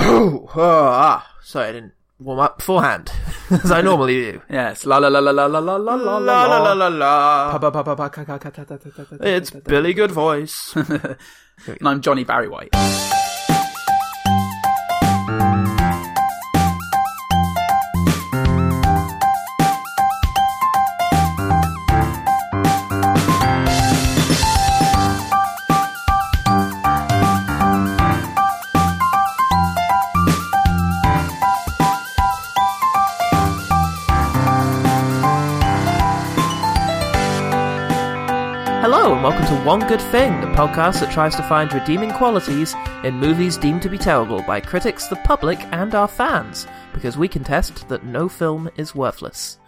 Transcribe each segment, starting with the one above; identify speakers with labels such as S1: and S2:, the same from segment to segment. S1: oh, ah, sorry, I didn't warm up beforehand, as I normally do.
S2: Yes. La la la la la la la la
S1: La la la la.
S2: Pa pa pa pa pa ka ka ka ta ta ta ta ta.
S1: It's
S2: ta, ta.
S1: Billy Good Voice.
S2: And I'm Johnny Barry White.
S1: Hello, and welcome to One Good Thing, the podcast that tries to find redeeming qualities in movies deemed to be terrible by critics, the public, and our fans, because we contest that no film is worthless.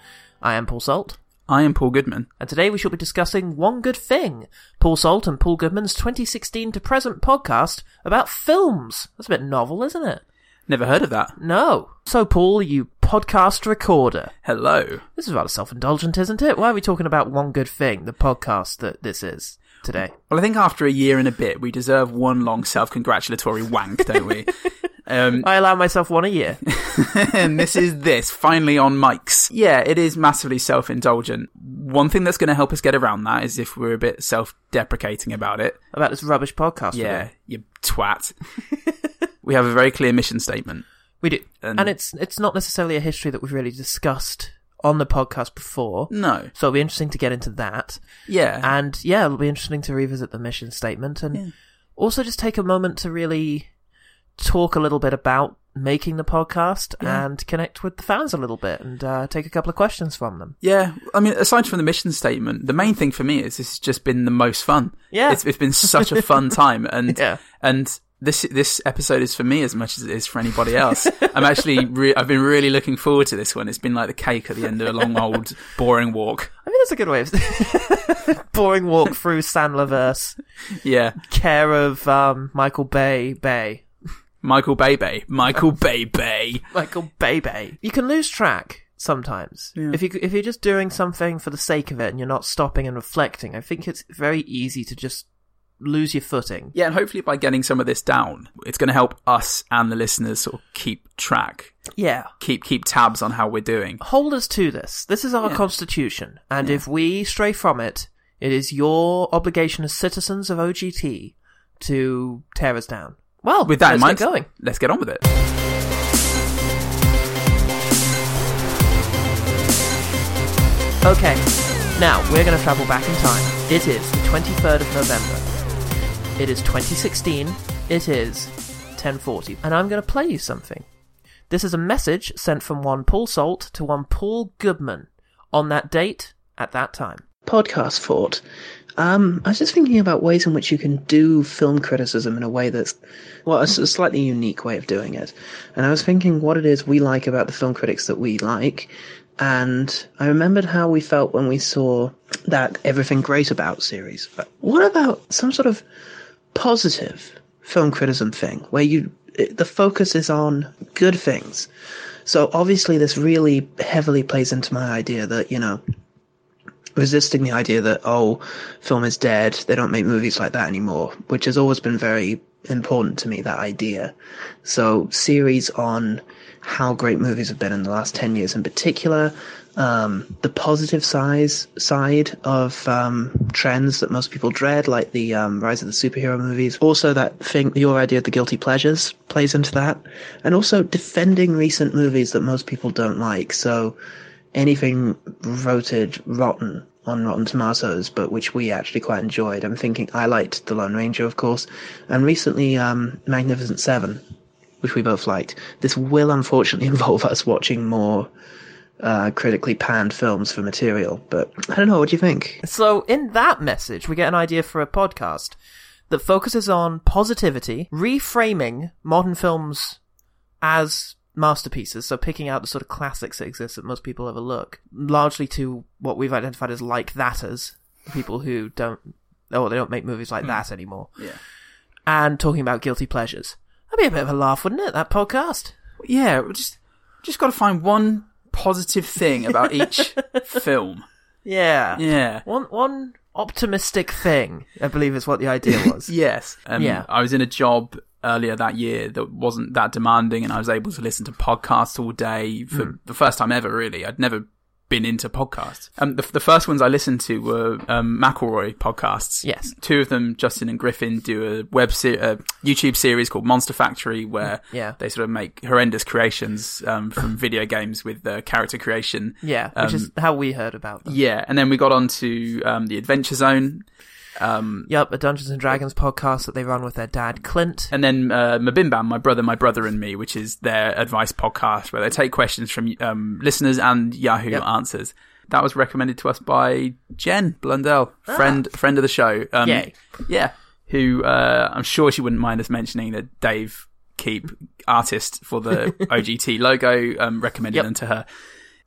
S1: I am Paul Salt,
S2: I am Paul Goodman.
S1: and today we shall be discussing One Good Thing, Paul Salt and Paul Goodman's 2016 to present podcast about films. That's a bit novel, isn't it?
S2: Never heard of that.
S1: No. So, Paul, you podcast recorder.
S2: Hello.
S1: This is rather self indulgent, isn't it? Why are we talking about One Good Thing, the podcast that this is today?
S2: Well, I think after a year and a bit, we deserve one long self-congratulatory wank, don't we? Um,
S1: I allow myself one a year.
S2: and this is this finally on mics. Yeah, it is massively self-indulgent. One thing that's going to help us get around that is if we're a bit self-deprecating about it.
S1: about this rubbish podcast. we
S2: Yeah,
S1: do.
S2: you twat. we have a very clear mission statement.
S1: we do,
S2: And-
S1: and, it's it's not necessarily a history that we've really discussed on the podcast before.
S2: No.
S1: So it'll be interesting to get into that,
S2: Yeah.
S1: and yeah, it'll be interesting to revisit the mission statement, and
S2: Yeah.
S1: also just take a moment to really talk a little bit about making the podcast and connect with the fans a little bit, and uh, take a couple of questions from them.
S2: Yeah, I mean, aside from the mission statement, the main thing for me is this has just been the most fun.
S1: Yeah.
S2: it's, it's been such a fun time, and
S1: Yeah.
S2: and this this episode is for me as much as it is for anybody else. I'm actually re- I've been really looking forward to this one. It's been like the cake at the end of a long old boring walk.
S1: I mean, that's a good way of boring walk through San Laverse,
S2: Yeah,
S1: care of um, Michael Bay Bay.
S2: Michael Bay Bay, Michael Bay Bay.
S1: Michael Baby. You can lose track sometimes if you if you're just doing something for the sake of it and you're not stopping and reflecting. I think it's very easy to just lose your footing.
S2: Yeah, and hopefully by getting some of this down, it's going to help us and the listeners sort of keep track,
S1: Yeah.
S2: keep keep tabs on how we're doing.
S1: Hold us to this. This is our
S2: Yeah.
S1: constitution, and if we stray from it, it is your obligation as citizens of OGT to tear us down. Well,
S2: With that in
S1: let's
S2: mind,
S1: get going.
S2: let's get on with it.
S1: Okay, now we're going to travel back in time. It is the 23rd of November. It is 2016. It is 1040. And I'm going to play you something. This is a message sent from one Paul Salt to one Paul Goodman on that date at that time.
S3: podcast thought. Um, I was just thinking about ways in which you can do film criticism in a way that's, well, a s- a slightly unique way of doing it. And I was thinking what it is we like about the film critics that we like. And I remembered how we felt when we saw that Everything Great About series. But what about some sort of positive film criticism thing where you, it- the focus is on good things? So obviously, this really heavily plays into my idea that, you know, resisting the idea that oh film is dead they don't make movies like that anymore which has always been very important to me that idea so series on how great movies have been in the last 10 years in particular um, the positive size side of um, trends that most people dread like the um, rise of the superhero movies also that thing your idea of the guilty pleasures plays into that and also defending recent movies that most people don't like so anything voted rotten on Rotten Tomatoes, but which we actually quite enjoyed. I'm thinking I liked The Lone Ranger, of course, and recently um, Magnificent Seven, which we both liked. This will unfortunately involve us watching more uh, critically panned films for material, but I don't know. What do you think?
S1: So, in that message, we get an idea for a podcast that focuses on positivity, reframing modern films as masterpieces, so picking out the sort of classics that exist that most people overlook, largely to what we've identified as like thatters, people who don't, oh, they don't make movies like that anymore,
S2: Hmm. Yeah.
S1: and talking about guilty pleasures. That'd be a bit of a laugh, wouldn't it? That podcast.
S2: Yeah, we just just got to find one positive thing about each film.
S1: Yeah.
S2: Yeah.
S1: One one optimistic thing, I believe, is what the idea was.
S2: Yes. Um,
S1: Yeah.
S2: I was in a job earlier that year that wasn't that demanding, and I was able to listen to podcasts all day for the first time ever. Really, I'd never been into podcasts. Um, the, the first ones I listened to were um, McElroy podcasts.
S1: Yes.
S2: two of them, Justin and Griffin, do a web se- uh, YouTube series called Monster Factory, where
S1: Yeah.
S2: they sort of make horrendous creations um, from video games with uh, character creation.
S1: Yeah, which is how we heard about them.
S2: Um, Yeah, and then we got on to um, the Adventure Zone,
S1: Yep, a Dungeons and Dragons podcast that they run with their dad, Clint.
S2: and then uh, Mabimbam, my brother, my brother and me, which is their advice podcast where they take questions from um, listeners and Yahoo
S1: Yep.
S2: Answers. That was recommended to us by Jen Blundell, friend friend of the show. Um,
S1: Yay.
S2: Yeah, who uh, I'm sure she wouldn't mind us mentioning that Dave Keep, artist for the OGT logo, um, recommended
S1: Yep.
S2: them to her.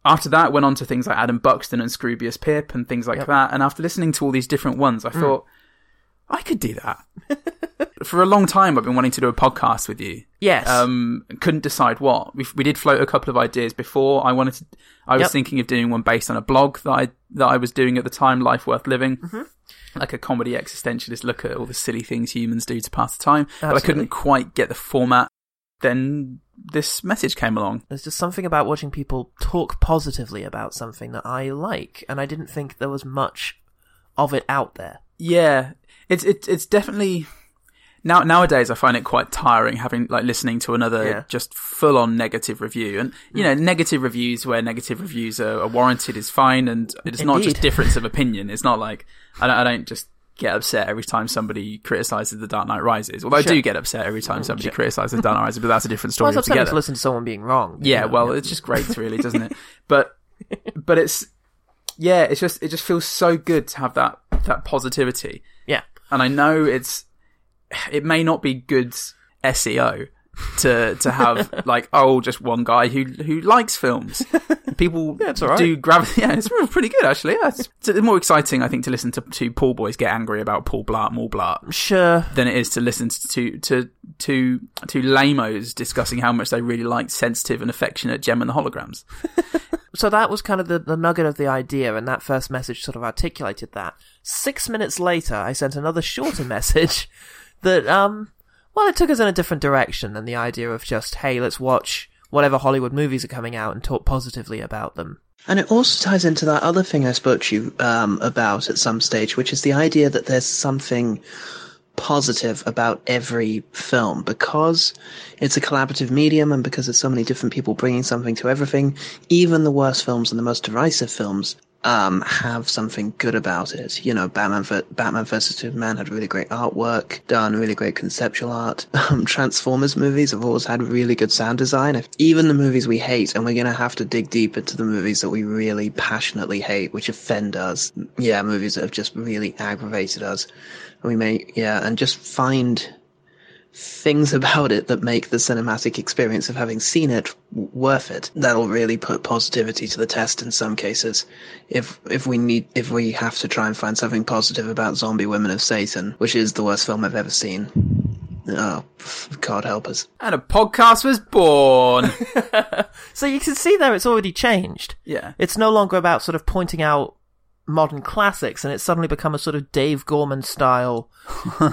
S2: After that, went on to things like Adam Buxton and Scroobius Pip and things like that. And after listening to all these different ones, I thought I could do that. For a long time, I've been wanting to do a podcast with you.
S1: Yes.
S2: Um, couldn't decide what. We, we did float a couple of ideas before. I wanted to. I was
S1: Yep.
S2: thinking of doing one based on a blog that I that I was doing at the time, Life Worth Living,
S1: Mm-hmm.
S2: like a comedy existentialist look at all the silly things humans do to pass the time. But I
S1: Absolutely.
S2: couldn't quite get the format. Then this message came along.
S1: There's just something about watching people talk positively about something that I like, and I didn't think there was much of it out there.
S2: Yeah, it's it's it's definitely now nowadays I find it quite tiring having like listening to another
S1: Yeah. Mm.
S2: just full on negative review and you know negative reviews where negative reviews are, are warranted is fine and it's not just
S1: Indeed.
S2: difference of opinion. It's not like I don't, I don't just get upset every time somebody criticizes The Dark Knight Rises. Although I do get upset every time somebody criticizes The Dark Knight Rises, but that's a different
S1: Well,
S2: story
S1: it's upsetting to
S2: altogether.
S1: listen to someone being wrong. you
S2: Yeah,
S1: know,
S2: well, it's just great, really, doesn't it? But but it's yeah, it's just it just feels so good to have that that positivity
S1: yeah.
S2: and I know it's it may not be good SEO to to have like oh just one guy who who likes films. People
S1: it's all right.
S2: do gravitate. Yeah, it's pretty good actually. Yeah, it's, it's more exciting I think to listen to to Paul boys get angry about Paul Blart more Blart
S1: Sure.
S2: than it is to listen to to to to lamos discussing how much they really liked sensitive and affectionate Gem and the Holograms.
S1: So that was kind of the, the nugget of the idea, and that first message sort of articulated that. Six minutes later, I sent another shorter message that, um, well, it took us in a different direction than the idea of just, hey, let's watch whatever Hollywood movies are coming out and talk positively about them.
S3: And it also ties into that other thing I spoke to you um, about at some stage, which is the idea that there's something positive about every film because it's a collaborative medium and because there's so many different people bringing something to everything. Even the worst films and the most derisive films um, have something good about it. You know, Batman, v- Batman vs Superman had really great artwork, done really great conceptual art. Um, Transformers movies have always had really good sound design. If- Even the movies we hate, and we're gonna have to dig deep into the movies that we really passionately hate, which offend us. Yeah, movies that have just really aggravated us. And we may, yeah, and just find things about it that make the cinematic experience of having seen it w- worth it. That'll really put positivity to the test in some cases. If if we need if we have to try and find something positive about Zombie Women of Satan, which is the worst film I've ever seen. Oh, pff, God help us.
S2: And a podcast was born.
S1: So you can see there it's already changed.
S2: yeah.
S1: It's no longer about sort of pointing out modern classics, and it's suddenly become a sort of Dave Gorman style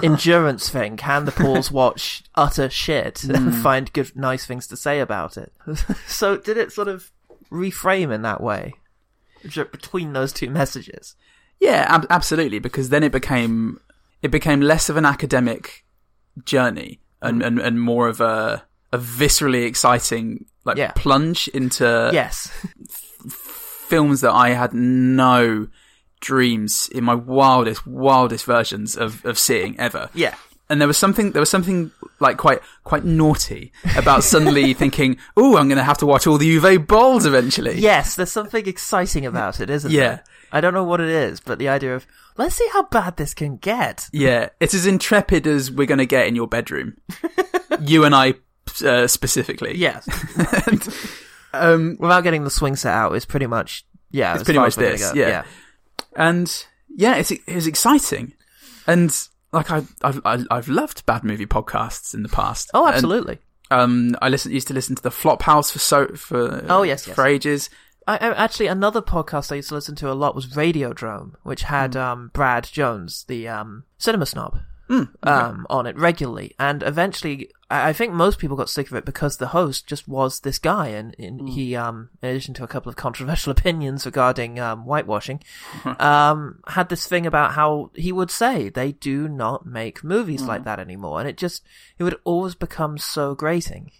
S1: endurance thing. Can the Pauls watch utter shit and find good, nice things to say about it? so did it sort of reframe in that way J- between those two messages?
S2: Yeah, ab- absolutely. Because then it became it became less of an academic journey
S1: Mm.
S2: and and, and more of a a viscerally exciting like
S1: Yeah.
S2: plunge into
S1: yes.
S2: films that I had no dreams in my wildest wildest versions of of seeing ever.
S1: Yeah.
S2: And there was something, there was something like quite, quite naughty about suddenly thinking, "Oh, I'm going to have to watch all the Uwe Bolls eventually."
S1: Yes, there's something exciting about it, isn't
S2: Yeah.
S1: there? I don't know what it is, but the idea of let's see how bad this can get.
S2: Yeah, it's as intrepid as we're going to get in your bedroom. you and I uh, specifically.
S1: Yes.
S2: And um,
S1: without getting the swing set out is pretty much yeah. It's
S2: pretty much this, yeah. and yeah, it's it was exciting, and like I I've I- I've loved bad movie podcasts in the past.
S1: Oh,
S2: And,
S1: absolutely.
S2: um, I listen used to listen to the Flop House for so for
S1: Oh, yes, yes.
S2: for ages.
S1: I, I, actually, another podcast I used to listen to a lot was Radiodrome, which had um, Brad Jones, the um, cinema snob, um, on it regularly, and eventually, I I think most people got sick of it because the host just was this guy, and, and he, um, in addition to a couple of controversial opinions regarding um, whitewashing, um, had this thing about how he would say they do not make movies like that anymore, and it just it would always become so grating.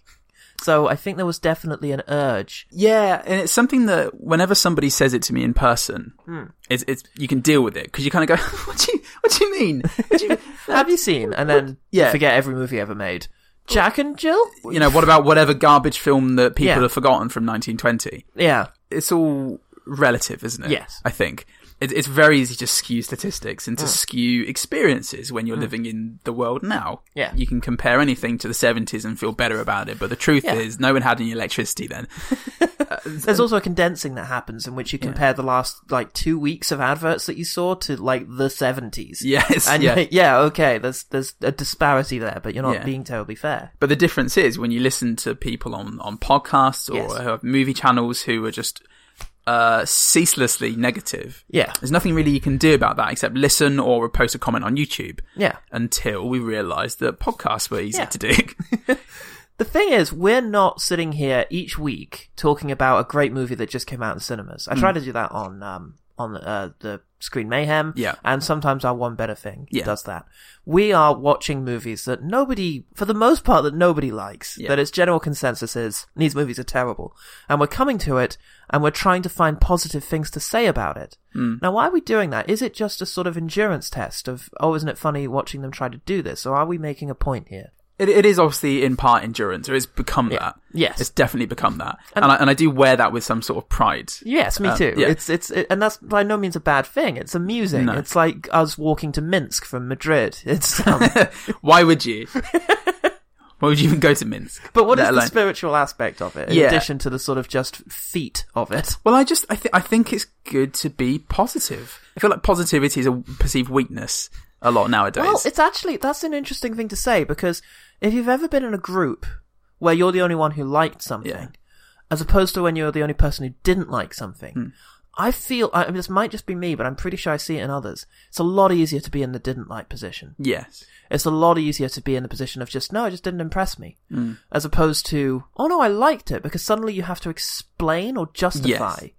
S1: So I think there was definitely an urge.
S2: Yeah, and it's something that whenever somebody says it to me in person,
S1: Hmm.
S2: it's, it's you can deal with it because you kind of go, "What do you What do you mean? What do you,
S1: Have you seen? And then
S2: Yeah.
S1: forget every movie ever made. Jack and Jill?
S2: you know, what about whatever garbage film that people
S1: Yeah.
S2: have forgotten from 1920?
S1: Yeah.
S2: It's all relative, isn't it?
S1: Yes. Mm.
S2: I think. It, it's very easy to skew statistics and to skew experiences when you're living in the world now.
S1: Yeah.
S2: You can compare anything to the 70s and feel better about it, but the truth
S1: Yeah.
S2: is, no one had any electricity then.
S1: There's also a condensing that happens in which you compare the last like two weeks of adverts that you saw to like the seventies.
S2: Yes,
S1: And
S2: yeah.
S1: yeah. yeah, okay, there's there's a disparity there, but you're not
S2: Yeah.
S1: being terribly fair.
S2: But the difference is when you listen to people on, on podcasts or
S1: Yes.
S2: who have movie channels who are just uh, ceaselessly negative.
S1: Yeah.
S2: There's nothing really you can do about that except listen or post a comment on YouTube.
S1: Yeah.
S2: Until we realised that podcasts were easy
S1: Yeah.
S2: to do.
S1: The thing is, we're not sitting here each week talking about a great movie that just came out in cinemas. I
S2: Mm.
S1: try to do that on um, on uh, the Screen Mayhem,
S2: Yeah.
S1: and sometimes our One Better Thing
S2: Yeah.
S1: does that. We are watching movies that nobody, for the most part, that nobody likes.
S2: Yeah.
S1: That its general consensus is these movies are terrible, and we're coming to it and we're trying to find positive things to say about it.
S2: Mm.
S1: Now, why are we doing that? Is it just a sort of endurance test of oh, isn't it funny watching them try to do this, or are we making a point here?
S2: it, it is obviously in part endurance, or it's become
S1: Yeah.
S2: that.
S1: Yes.
S2: It's definitely become that. And, I, and I do wear that with some sort of pride.
S1: Yes, me
S2: Um,
S1: too.
S2: yeah.
S1: It's it's it, and that's by no means a bad thing. It's amusing.
S2: No.
S1: It's like us walking to Minsk from Madrid. It's um,
S2: Why would you? Why would you even go to Minsk?
S1: but what is
S2: Let
S1: the
S2: alone-
S1: spiritual aspect of it in
S2: Yeah.
S1: addition to the sort of just feat of it?
S2: Well, I just I, th- I think it's good to be positive. I feel like positivity is a perceived weakness a lot nowadays.
S1: Well, it's actually that's an interesting thing to say because if you've ever been in a group where you're the only one who liked something,
S2: Yeah.
S1: as opposed to when you're the only person who didn't like something,
S2: Hmm.
S1: I feel I mean, this might just be me, but I'm pretty sure I see it in others. It's a lot easier to be in the didn't like position.
S2: yes,
S1: it's a lot easier to be in the position of just no, it just didn't impress me,
S2: Hmm.
S1: as opposed to oh no, I liked it because suddenly you have to explain or justify
S2: Yes.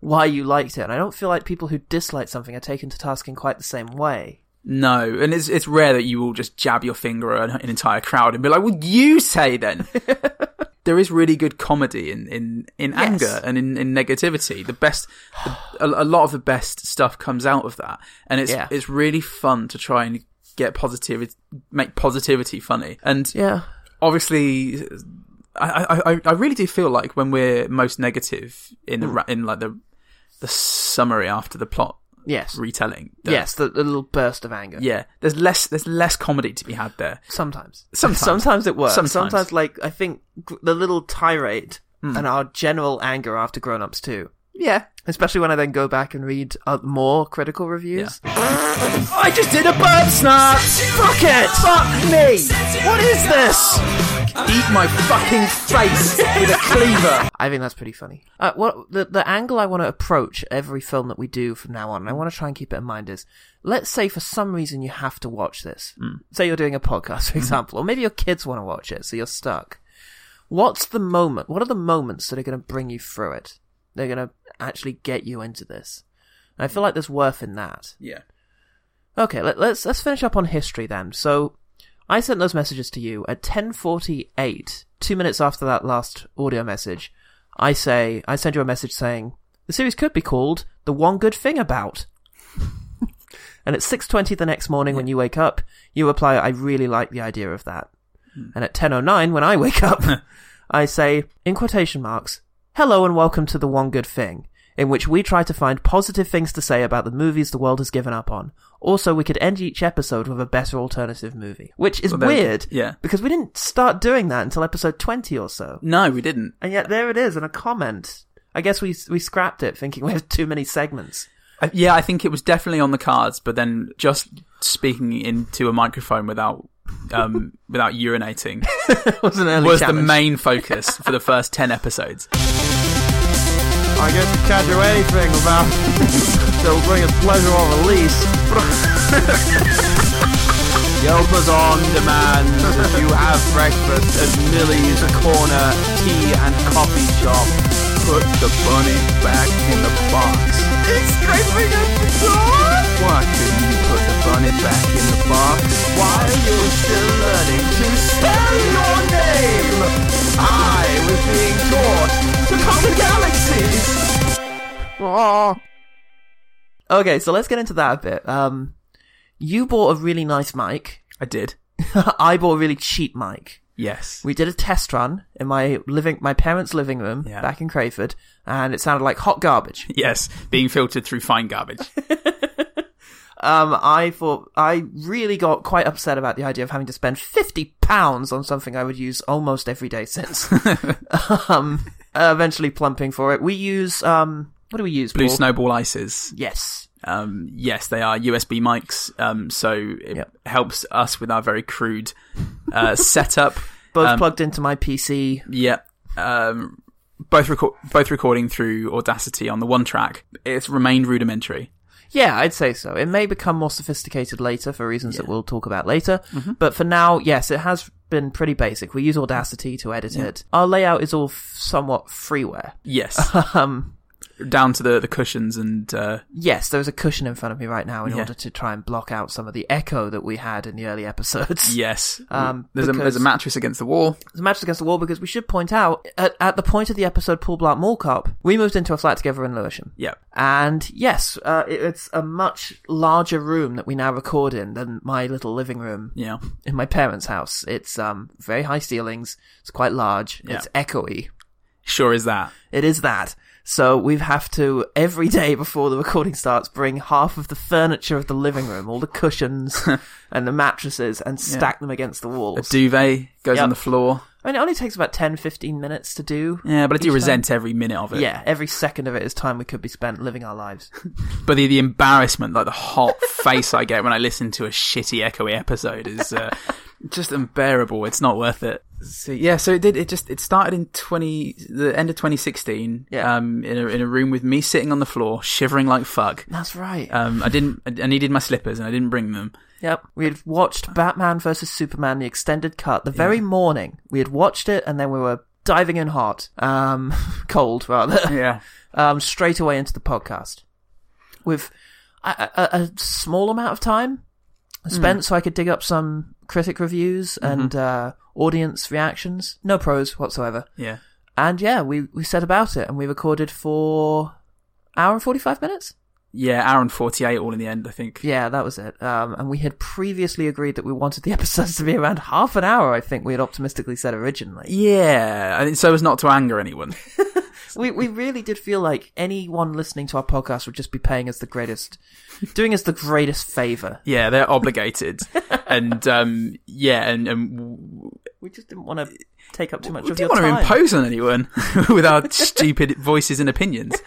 S1: why you liked it. And I don't feel like people who dislike something are taken to task in quite the same way.
S2: no, and it's it's rare that you will just jab your finger at an entire crowd and be like, "Well, you say then." there is really good comedy in in in anger and in, in negativity. The best, the, a, a lot of the best stuff comes out of that, and it's
S1: Yeah.
S2: it's really fun to try and get positivity, make positivity funny, and
S1: Yeah,
S2: obviously I, I, I- I really do feel like when we're most negative in the ra in like the the summary after the plot
S1: yes,
S2: retelling that-
S1: yes, the, the little burst of anger.
S2: yeah there's less there's less comedy to be had there
S1: Sometimes.
S2: Sometimes.
S1: Sometimes it works.
S2: Sometimes.
S1: Sometimes. like, I think gr- the little tirade
S2: Hmm.
S1: and our general anger after grown ups, too.
S2: yeah
S1: Especially when I then go back and read uh, more critical reviews.
S2: I just did a burp snap
S1: Fuck it! Fuck me! What is this?
S2: eat my fucking face with a cleaver
S1: I think that's pretty funny. Uh, what the the angle I want to approach every film that we do from now on, and I want to try and keep it in mind is, let's say for some reason you have to watch this. Say you're doing a podcast, for example, or maybe your kids want to watch it, so you're stuck. What's the moment? What are the moments that are going to bring you through it? They're going to actually get you into this. And I feel like there's worth in that.
S2: yeah
S1: Okay, let, let's let's finish up on history then. So, I sent those messages to you at ten forty eight. Two minutes after that last audio message, I say I send you a message saying the series could be called "The One Good Thing About." and at six twenty the next morning when you wake up, you reply, "I really like the idea of that."
S2: Hmm.
S1: And at ten oh nine when I wake up, I say in quotation marks, "Hello and welcome to the One Good Thing." in which we try to find positive things to say about the movies the world has given up on. Also, we could end each episode with a better alternative movie, which is
S2: Well, there we go.
S1: weird.
S2: Yeah.
S1: Because we didn't start doing that until episode 20 or so.
S2: no we didn't
S1: And yet there it is in a comment. I guess we we scrapped it thinking we have too many segments.
S2: I, yeah I think it was definitely on the cards but then just speaking into a microphone without um without urinating
S1: was an early
S2: was the
S1: challenge.
S2: main focus for the first 10 episodes.
S1: I guess you can't do anything about that'll bring us pleasure or release.
S2: Yelpers on demand. you have breakfast at Millie's Corner Tea and Coffee Shop. Put the bunny back in the box. It's scraping at the door. Why couldn't you put the bunny back in the box? While you're still learning to spell your name, I was being taught to conquer galaxies.
S1: Okay, so let's get into that a bit. Um, you bought a really nice mic.
S2: I did.
S1: I bought a really cheap mic.
S2: Yes.
S1: We did a test run in my living, my parents' living room
S2: Yeah.
S1: back in Crayford, and it sounded like hot garbage.
S2: Yes, being filtered through fine garbage.
S1: Um, I thought I really got quite upset about the idea of having to spend fifty pounds on something I would use almost every day since. um, eventually plumping for it. We use um, what do we use?
S2: Blue
S1: Paul?
S2: snowball ices.
S1: Yes.
S2: Um, yes, they are USB mics. Um, so it
S1: Yep.
S2: helps us with our very crude uh, setup.
S1: Both
S2: Um,
S1: plugged into my PC.
S2: Yeah. Um, both record both recording through Audacity on the one track. It's remained rudimentary.
S1: Yeah, I'd say so. It may become more sophisticated later for reasons that we'll talk about later. But for now, yes, it has been pretty basic. We use Audacity to edit it. Our layout is all f- somewhat freeware.
S2: Yes,
S1: Um,
S2: down to the the cushions and uh,
S1: yes, there's a cushion in front of me right now in
S2: Yeah.
S1: order to try and block out some of the echo that we had in the early episodes.
S2: yes.
S1: Um,
S2: there's a
S1: because-
S2: there's a mattress against the wall.
S1: It's a match against the wall because we should point out at, at the point of the episode Paul Blart Mall Cop, we moved into a flat together in Lewisham.
S2: Yeah.
S1: And yes, uh, it, it's a much larger room that we now record in than my little living room
S2: Yeah.
S1: in my parents' house. It's um very high ceilings. It's quite large.
S2: Yeah.
S1: It's echoey.
S2: Sure is that.
S1: It is that. So we have to every day before the recording starts bring half of the furniture of the living room, all the cushions and the mattresses, and stack them against the
S2: A
S1: walls.
S2: duvet goes
S1: Yep.
S2: on the floor.
S1: I mean, it only takes about 10, 15 minutes to do.
S2: Yeah, but I do
S1: Each
S2: resent every minute of it.
S1: Yeah, every second of it is time we could be spent living our lives.
S2: But the, the embarrassment, like the hot face I get when I listen to a shitty echoey episode is uh, just unbearable. It's not worth it. So yeah, so it did. It just it started in twenty the end of twenty sixteen.
S1: Yeah.
S2: Um, in a in a room with me sitting on the floor, shivering like fuck.
S1: That's right.
S2: Um, I didn't. I I needed my slippers and I didn't bring them.
S1: Uh, Yep. We had watched Batman versus Superman, the extended cut, the very morning. We had watched it, and then we were diving in hot, um, cold rather,
S2: Yeah.
S1: um, straight away into the podcast with a, a, a small amount of time spent so I could dig up some critic reviews and uh, audience reactions. No pros whatsoever.
S2: Yeah.
S1: And yeah, we, we set about it, and we recorded for hour and 45 minutes?
S2: Yeah. Hour and forty eight all in the end. I think.
S1: Yeah, that was it. Um, and we had previously agreed that we wanted the episodes to be around half an hour. I think we had optimistically said originally.
S2: Yeah. I think so as not to anger anyone.
S1: We we really did feel like anyone listening to our podcast would just be paying us the greatest, doing us the greatest favor.
S2: Yeah, they're obligated. and um, yeah, and, and
S1: We just didn't want to take up too much
S2: We
S1: of
S2: do
S1: your
S2: not want
S1: time.
S2: to impose on anyone with our stupid voices and opinions.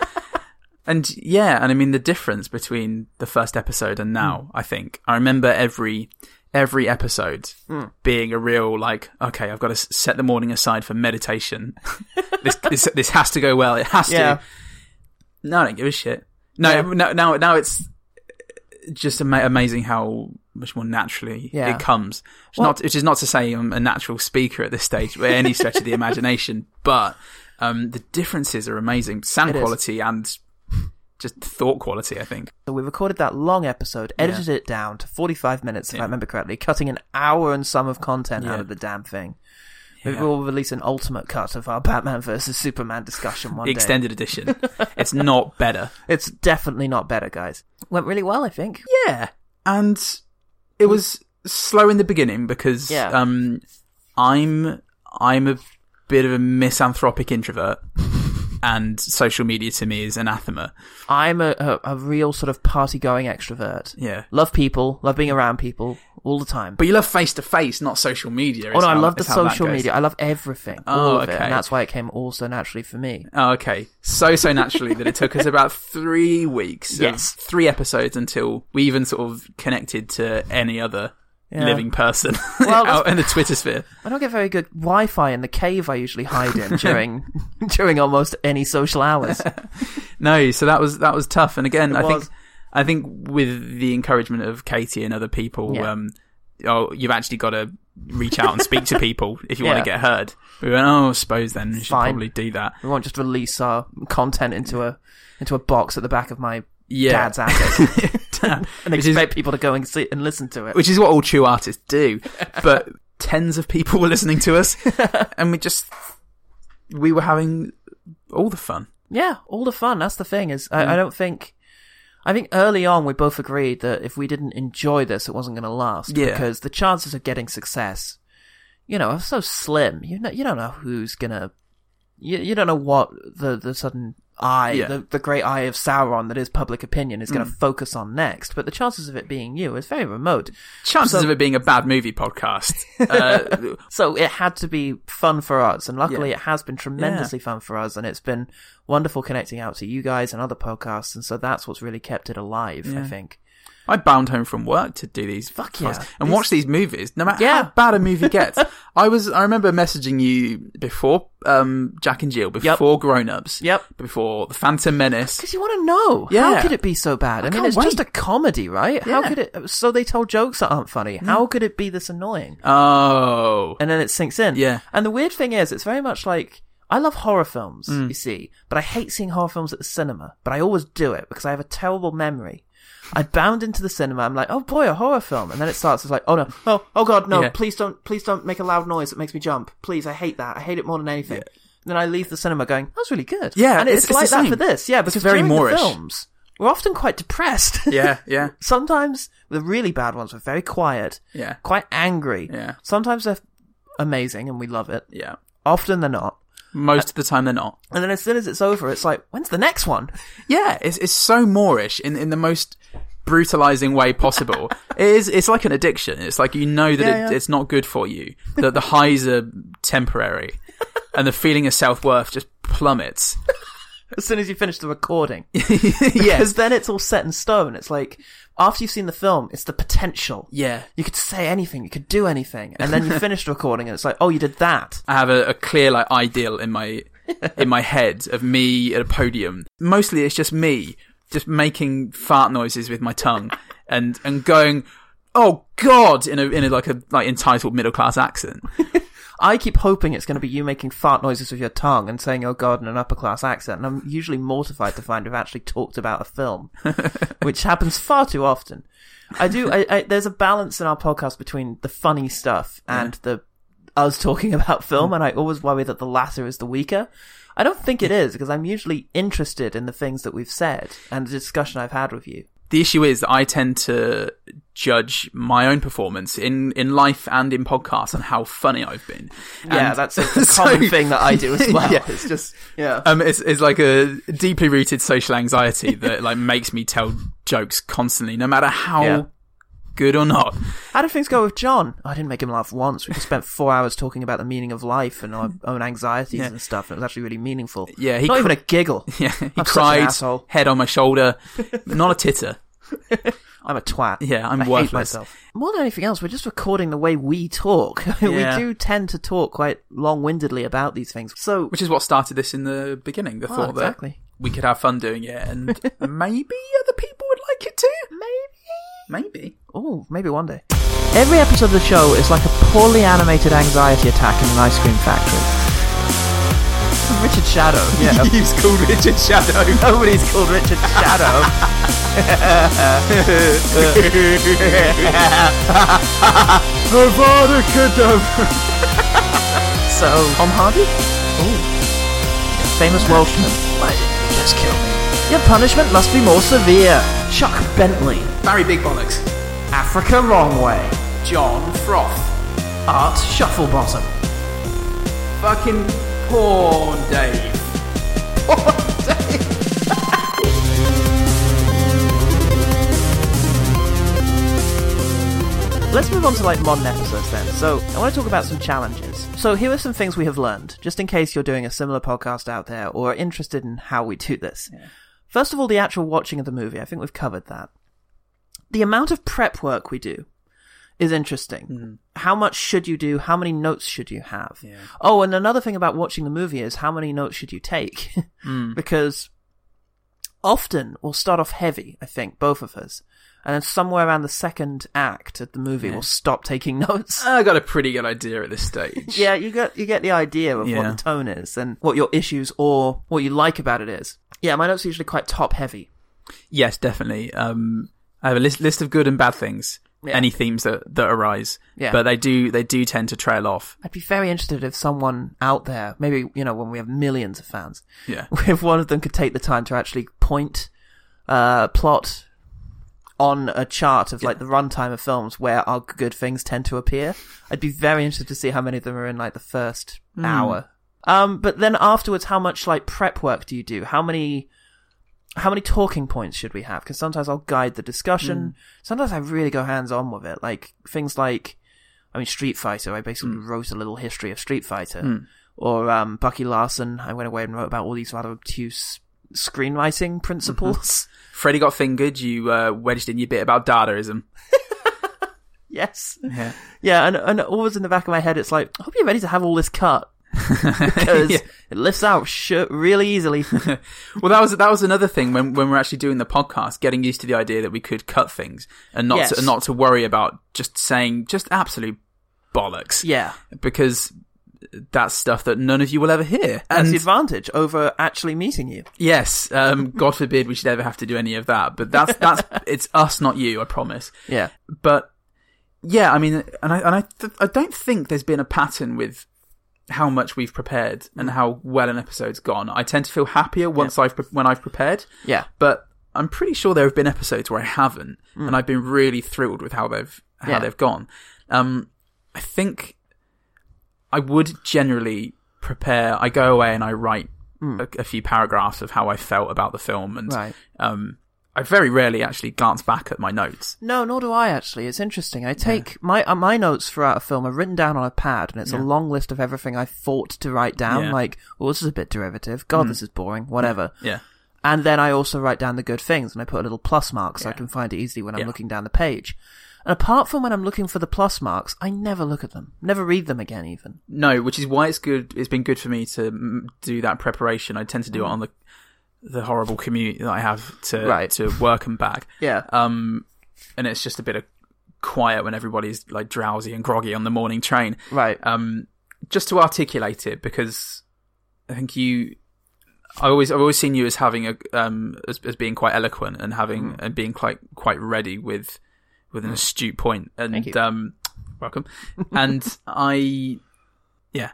S2: And yeah, and I mean the difference between the first episode and now,
S1: Hmm.
S2: I think. I remember every every episode
S1: Hmm.
S2: being a real like, okay, I've got to s- set the morning aside for meditation. this, this this has to go well. It has
S1: Yeah.
S2: to. No, I don't give a shit. No, no, now now it's just ama- amazing how much more naturally
S1: Yeah.
S2: it comes. It's not, which is not to say I'm a natural speaker at this stage, by any stretch of the imagination, but um, the differences are amazing. Sound
S1: It is.
S2: quality and just thought quality, I think.
S1: So we recorded that long episode, edited it down to 45 minutes, if I remember correctly, cutting an hour and some of content out
S2: Yeah.
S1: of the damn thing. We
S2: Yeah.
S1: will release an ultimate cut of our Batman versus Superman discussion one
S2: The
S1: day.
S2: extended edition. it's not better.
S1: It's definitely not better, guys. Went really well, I think.
S2: Yeah. And it was slow in the beginning because
S1: Yeah.
S2: um, I'm I'm a bit of a misanthropic introvert. And social media to me is anathema.
S1: I'm a, a, a real sort of party going extrovert.
S2: Yeah.
S1: Love people, love being around people all the time.
S2: But you love face to face, not social media.
S1: oh
S2: is
S1: no, I
S2: how-
S1: love the
S2: is how that
S1: social
S2: goes.
S1: media. I love everything.
S2: Oh,
S1: all of it.
S2: okay.
S1: And that's why it came all so naturally for me.
S2: Oh, okay. So, so naturally that it took us about three weeks, of
S1: Yes.
S2: three episodes until we even sort of connected to any other
S1: Yeah.
S2: living person
S1: Well,
S2: out in the Twitter sphere.
S1: I don't get very good Wi Fi in the cave I usually hide in during during almost any social hours.
S2: No, so that was that was tough. And again, I
S1: was.
S2: think I think with the encouragement of Katie and other people,
S1: Yeah.
S2: um, oh, you've actually got to reach out and speak to people if you
S1: Yeah.
S2: want to get heard. We went, oh, I suppose then we should
S1: Fine.
S2: probably do that.
S1: We won't just release our content into a into a box at the back of my
S2: Yeah.
S1: dad's attic
S2: Damn.
S1: and
S2: Which is-
S1: expect people to go and see and listen to it.
S2: which is what all true artists do. But tens of people were listening to us, and we just we were having all the fun.
S1: yeah, all the fun. That's the thing is,
S2: Mm.
S1: I, I don't think. I think early on we both agreed that if we didn't enjoy this, it wasn't going to last.
S2: Yeah.
S1: Because the chances of getting success, you know, are so slim. You know, you don't know who's gonna. You, you don't know what the the sudden eye,
S2: Yeah. Mm.
S1: the, the great eye of Sauron that is public opinion, is going to focus on next. But the chances of it being you is very remote.
S2: Chances of it being a bad movie podcast. Uh,
S1: So it had to be fun for us, and luckily
S2: Yeah.
S1: it has been tremendously fun for us, and it's been wonderful connecting out to you guys and other podcasts, and so that's what's really kept it alive, I
S2: Yeah.
S1: think.
S2: I bound home from work to do these
S1: Fuck
S2: podcasts
S1: yeah.
S2: and watch these movies. No matter
S1: Yeah.
S2: how bad a movie gets, I was I remember messaging you before um, Jack and Jill, before Grown Ups,
S1: Yep.
S2: before The Phantom Menace.
S1: Because you want to know, how
S2: Yeah.
S1: could it be so bad? I, mean,
S2: can't
S1: it's just a
S2: wait.
S1: comedy, right? How
S2: Yeah.
S1: could it? So they told jokes that aren't funny. How could it be this annoying?
S2: Oh,
S1: and then it sinks in.
S2: Yeah.
S1: And the weird thing is, it's very much like I love horror films,
S2: Mm.
S1: you see, but I hate seeing horror films at the cinema. But I always do it because I have a terrible memory. I bound into the cinema. I'm like, oh boy, a horror film, and then it starts. It's like, oh no, oh oh god, no!
S2: Yeah.
S1: Please don't, please don't make a loud noise that makes me jump. Please, I hate that. I hate it more than anything. And then I leave the cinema going, that was really good.
S2: Yeah,
S1: and it's,
S2: it's- it's
S1: like
S2: the
S1: that
S2: same.
S1: for this. Yeah, because
S2: very
S1: during the
S2: Moorish.
S1: films, we're often quite depressed.
S2: yeah, yeah.
S1: Sometimes the really bad ones were very quiet,
S2: Yeah.
S1: quite angry.
S2: Yeah.
S1: Sometimes they're amazing and we love it.
S2: Yeah.
S1: Often they're not.
S2: Most of the time they're not.
S1: And then as soon as it's over, it's like, when's the next one?
S2: Yeah, it's it's so Moorish in in the most brutalizing way possible. it is it's like an addiction. It's like you know that
S1: Yeah,
S2: it,
S1: yeah.
S2: it's not good for you. That the highs are temporary, and the feeling of self worth just plummets.
S1: As soon as you finish the recording.
S2: yes.
S1: Because then it's all set in stone. It's like, after you've seen the film, it's the potential.
S2: Yeah.
S1: You could say anything, you could do anything. And then you finish the recording and it's like, oh, you did that.
S2: I have a, a clear like ideal in my in my head of me at a podium. Mostly it's just me just making fart noises with my tongue and and going oh god in a in a like a like entitled middle class accent.
S1: I keep hoping it's going to be you making fart noises with your tongue and saying, oh God, in an upper class accent. And I'm usually mortified to find I've actually talked about a film, which happens far too often. I do, I, I, there's a balance in our podcast between the funny stuff and the us talking about film, and I always worry that the latter is the weaker. I don't think it is, because I'm usually interested in the things that we've said and the discussion I've had with you.
S2: the issue is that I tend to judge my own performance in, in life and in podcasts on how funny I've been.
S1: yeah,
S2: And
S1: that's a common
S2: so-
S1: thing that I do as well.
S2: Yeah.
S1: It's just, yeah.
S2: Um, it's, it's like a deeply rooted social anxiety that like makes me tell jokes constantly, no matter how
S1: Yeah.
S2: good or not.
S1: How did things go with John? Oh, I didn't make him laugh once. We just spent four hours talking about the meaning of life and our own anxieties and stuff, and it was actually really meaningful.
S2: Yeah, he
S1: not
S2: cr-
S1: even a giggle.
S2: Yeah, he
S1: I'm such an
S2: cried,
S1: asshole.
S2: head on my shoulder, but not a titter.
S1: I'm a twat.
S2: Yeah, I'm
S1: I hate
S2: worthless.
S1: myself. More than anything else, we're just recording the way we talk.
S2: Yeah.
S1: we do tend to talk quite long-windedly about these things. So,
S2: Which is what started this in the beginning. The
S1: Oh,
S2: thought
S1: exactly.
S2: that we could have fun doing it, and maybe other people would like it too. Maybe, maybe.
S1: Oh, maybe one day. Every episode of the show is like a poorly animated anxiety attack in an ice cream factory. Richard Shadow. Yeah.
S2: He's called Richard Shadow.
S1: Nobody's called Richard Shadow.
S2: Nevada Cadaver.
S1: So Tom Hardy, famous Welshman. Why did you just kill me? Your punishment must be more severe. Chuck Bentley,
S2: Barry Big Bollocks.
S1: Africa Wrongway,
S2: John Froth.
S1: Art Shufflebottom,
S2: Fucking poor Dave.
S1: Let's move on to like modern episodes then. So I want to talk about some challenges. So here are some things we have learned, just in case you're doing a similar podcast out there or are interested in how we do this. First of all, the actual watching of the movie. I think we've covered that. The amount of prep work we do is interesting. How much should you do? How many notes should you have? Oh, and another thing about watching the movie is how many notes should you take? Hmm. because often we'll start off heavy, I think, both of us. and then somewhere around the second act of the movie
S2: Yeah.
S1: we'll stop taking notes.
S2: I got a pretty good idea at this stage.
S1: Uh, Yeah, you get you get the idea of what
S2: Yeah.
S1: the tone is and what your issues or what you like about it is. Yeah, my notes are usually quite top heavy.
S2: Yes, definitely. Um, I have a list list of good and bad things.
S1: Yeah.
S2: Any themes that that arise.
S1: Yeah.
S2: But they do they do tend to trail off.
S1: I'd be very interested if someone out there, maybe you know, when we have millions of fans,
S2: Yeah.
S1: if one of them could take the time to actually point uh, plot on a chart of like the runtime of films where our good things tend to appear. I'd be very interested to see how many of them are in like the first hour. Um, but then afterwards, how much like prep work do you do? How many? How many talking points should we have? Because sometimes I'll guide the discussion. Sometimes I really go hands on with it. Like things like, I mean, Street Fighter. I basically wrote a little history of Street Fighter. Or um, Bucky Larson. I went away and wrote about all these rather obtuse
S2: Mm-hmm.
S1: screenwriting principles.
S2: Freddie got fingered. You uh, wedged in your bit about Dadaism.
S1: yes.
S2: Yeah.
S1: Yeah, and, and always in the back of my head, it's like, I hope you're ready to have all this cut. Because
S2: Yeah.
S1: it lifts out shit really easily.
S2: Well, that was that was another thing when when we're actually doing the podcast, getting used to the idea that we could cut things and not
S1: Yes.
S2: to, not to worry about just saying just absolute bollocks
S1: yeah.
S2: because that's stuff that none of you will ever hear.
S1: That's
S2: And
S1: the advantage over actually meeting you.
S2: yes, um, God forbid we should ever have to do any of that. But that's that's it's us, not you. I promise.
S1: Yeah.
S2: but yeah, I mean, and I and I th- I don't think there's been a pattern with how much we've prepared and how well an episode's gone. I tend to feel happier once I've pre- when I've prepared,
S1: Yeah.
S2: but I'm pretty sure there have been episodes where I haven't, and I've been really thrilled with how they've how
S1: Hmm. Yeah.
S2: they've gone. Um, I think I would generally prepare. I go away and I write a, a few paragraphs of how I felt about the film, and
S1: Hmm. Right.
S2: um, I very rarely actually glance back at my notes.
S1: No, nor do I actually. It's interesting. I take my uh, my notes throughout a film are written down on a pad, and it's a long list of everything I thought to write down.
S2: Yeah. Mm.
S1: Like, well, this is a bit derivative. God, this is boring. Whatever.
S2: Yeah.
S1: And then I also write down the good things and I put a little plus mark so I can find it easily when I'm
S2: Yeah.
S1: looking down the page. And apart from when I'm looking for the plus marks, I never look at them. Never read them again even.
S2: No, which is why it's good. It's been good for me to mm, do that preparation. I tend to do it on the the horrible commute that I have to
S1: Hmm. Right.
S2: to work and back.
S1: Yeah.
S2: Um, and it's just a bit of quiet when everybody's like drowsy and groggy on the morning train.
S1: right.
S2: Um, just to articulate it because I think you. I always, I've always seen you as having a, um, as, as being quite eloquent and
S1: Mm.
S2: having and being quite quite ready with, with an astute point. And
S1: Thank you.
S2: um, welcome. And I, yeah,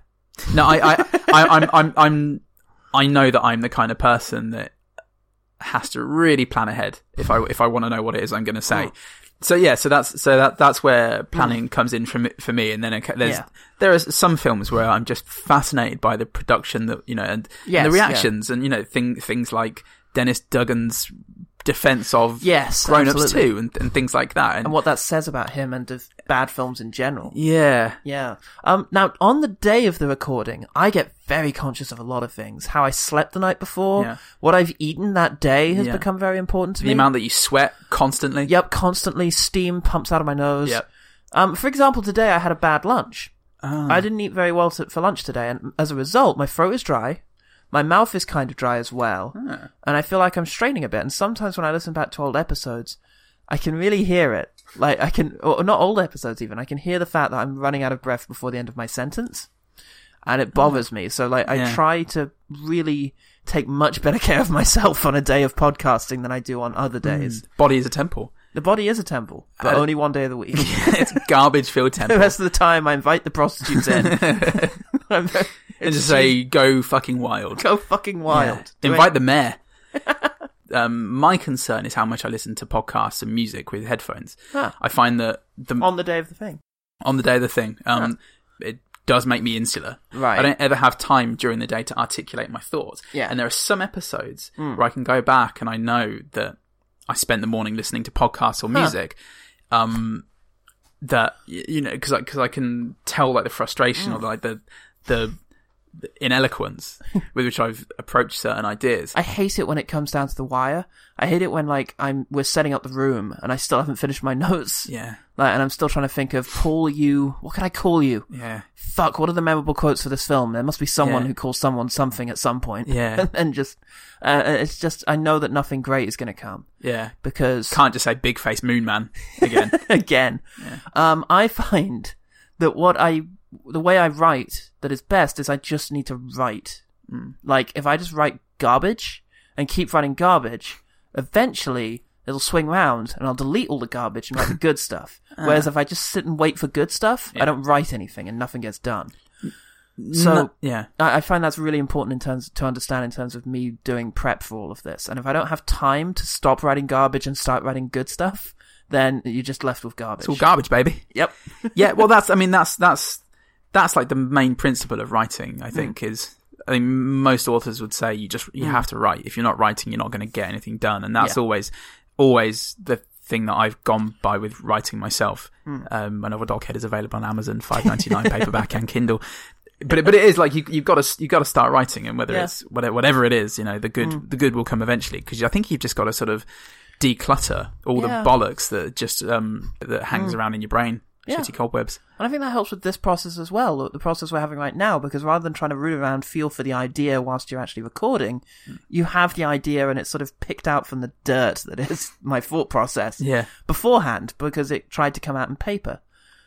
S2: no, I, I, I, I'm, I'm, I'm, I know that I'm the kind of person that has to really plan ahead if I if I want to know what it is I'm going to
S1: Oh.
S2: say. So yeah, so that's so that that's where planning comes in for me, for me. And then okay, there's
S1: Mm. Yeah.
S2: there are some films where I'm just fascinated by the production that you know and, and
S1: Yes, yeah.
S2: the reactions and you know thing, things like Dennis Duggan's defense of
S1: Yes,
S2: grown ups
S1: absolutely.
S2: too and, and things like that. And,
S1: and what that says about him and of bad films in general.
S2: yeah,
S1: Yeah. Um, now, on the day of the recording, I get very conscious of a lot of things. How I slept the night before,
S2: Yeah.
S1: what I've eaten that day has
S2: Yeah.
S1: become very important to
S2: the
S1: me.
S2: amount that you sweat constantly.
S1: yep, constantly steam pumps out of my nose.
S2: Yep. Ah.
S1: Um, for example, today I had a bad lunch. I didn't eat very well to, for lunch today, and as a result, my throat is dry. My mouth is kind of dry as well,
S2: Ah.
S1: and I feel like I'm straining a bit. And sometimes when I listen back to old episodes, I can really hear it. Like I can, or not old episodes even. I can hear the fact that I'm running out of breath before the end of my sentence, and it bothers me. So like I
S2: Ah. Yeah.
S1: try to really take much better care of myself on a day of podcasting than I do on other days.
S2: Body is a temple.
S1: The body is a temple, but
S2: Uh,
S1: only one day of the week.
S2: it's a garbage filled
S1: the
S2: temple.
S1: rest of the time, I invite the prostitutes in. I'm very-
S2: and just say go fucking wild.
S1: go fucking
S2: Yeah.
S1: wild. Do
S2: Invite
S1: it.
S2: the mayor. um, my concern is how much I listen to podcasts and music with headphones.
S1: Ah.
S2: I find that the on,
S1: on the day of the thing.
S2: the day of the thing, um, it does make me insular.
S1: Right.
S2: I don't ever have time during the day to articulate my thoughts.
S1: Yeah. Hmm.
S2: And there are some episodes where I can go back and I know that I spent the morning listening to podcasts or music. Um,
S1: Hmm.
S2: that y- you know, because I, cause I can tell like the frustration or like the the in eloquence with which I've approached certain ideas.
S1: I hate it when it comes down to the wire. I hate it when like I'm we're setting up the room and I still haven't finished my notes.
S2: Yeah,
S1: Like, and I'm still trying to think of call you. What can I call you?
S2: yeah,
S1: Fuck! What are the memorable quotes for this film? There must be someone
S2: Yeah.
S1: who calls someone something at some point.
S2: Yeah.
S1: and just uh, it's just I know that nothing great is going to come
S2: yeah.
S1: because
S2: Can't just say big face moon man again.
S1: again. Um, I find that what I, the way I write that is best is I just need to write.
S2: Hmm.
S1: Like, if I just write garbage and keep writing garbage, eventually it'll swing round and I'll delete all the garbage and write the good stuff.
S2: Ah.
S1: Whereas if I just sit and wait for good stuff, I don't write anything and nothing gets done. So,
S2: No- yeah,
S1: I, I find that's really important in terms to understand in terms of me doing prep for all of this. And if I don't have time to stop writing garbage and start writing good stuff, then you're just left with garbage.
S2: it's all garbage, baby.
S1: yep.
S2: yeah, well, that's I mean that's that's that's like the main principle of writing. I think
S1: Mm.
S2: is I mean most authors would say you just you have to write. If you're not writing, you're not going to get anything done, and that's
S1: Yeah.
S2: always always the thing that I've gone by with writing myself.
S1: Mm.
S2: Um, another doghead is available on Amazon, five ninety nine paperback and Kindle. But it, but it is like you you've got to you've got to start writing, and whether
S1: Yeah. Mm.
S2: it's whatever, whatever it is, you know the good the good will come eventually because I think you've just got to sort of declutter
S1: Yeah.
S2: all
S1: Hmm.
S2: the bollocks that just um that hangs around in your brain,
S1: Yeah.
S2: shitty cobwebs.
S1: And I think that helps with this process as well, the process we're having right now, because rather than trying to root around, feel for the idea whilst you're actually recording, you have the idea and it's sort of picked out from the dirt that is my thought process
S2: Yeah.
S1: beforehand because it tried to come out in paper.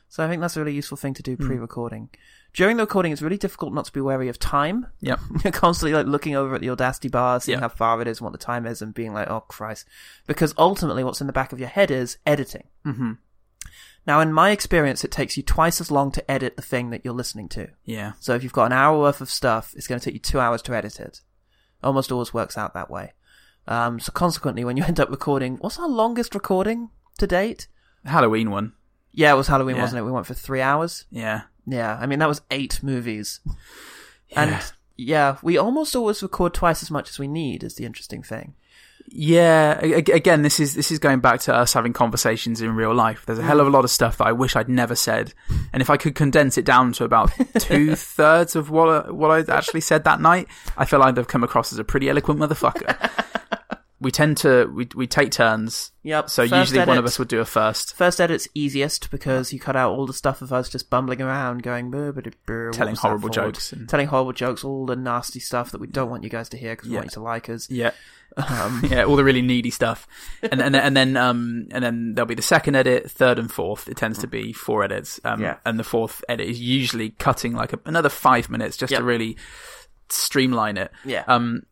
S1: So I think that's a really useful thing to do pre recording. During the recording, it's really difficult not to be wary of time.
S2: Yep.
S1: You're constantly like looking over at the audacity bar, seeing
S2: Yeah.
S1: how far it is, and what the time is, and being like, "Oh Christ!" Because ultimately, what's in the back of your head is editing. Mm-hmm. Now, in my experience, it takes you twice as long to edit the thing that you're listening to.
S2: Yeah.
S1: So if you've got an hour worth of stuff, it's going to take you two hours to edit it. Almost always works out that way. Um, so consequently, when you end up recording, what's our longest recording to date?
S2: Halloween one.
S1: Yeah, it was Halloween,
S2: Yeah.
S1: wasn't it? We went for three hours.
S2: Yeah.
S1: Yeah, I mean that was eight movies, and
S2: Yeah.
S1: yeah, we almost always record twice as much as we need. Is the interesting thing.
S2: Yeah. A- a- Again, this is this is going back to us having conversations in real life. There's a hell of
S1: Hmm.
S2: a lot of stuff that I wish I'd never said, and if I could condense it down to about two thirds of what I, what I actually said that night, I feel I'd have come across as a pretty eloquent motherfucker. we tend to we we take turns.
S1: Yep.
S2: So
S1: first
S2: usually one
S1: edit-
S2: of us would do a first.
S1: First edit's easiest because you cut out all the stuff of us just bumbling around, going "Brr, brr, brr, what
S2: Telling
S1: was that
S2: horrible
S1: for?"
S2: jokes and-
S1: telling horrible jokes, all the nasty stuff that we don't want you guys to hear because we want
S2: Yeah.
S1: you to like us.
S2: Yeah. Um, yeah, all the really needy stuff, and and and then um and then there'll be the second edit, third and fourth. It tends to be four edits, um,
S1: Yeah.
S2: and the fourth edit is usually cutting like a, another five minutes just
S1: Yep.
S2: to really streamline it.
S1: Yeah.
S2: Um,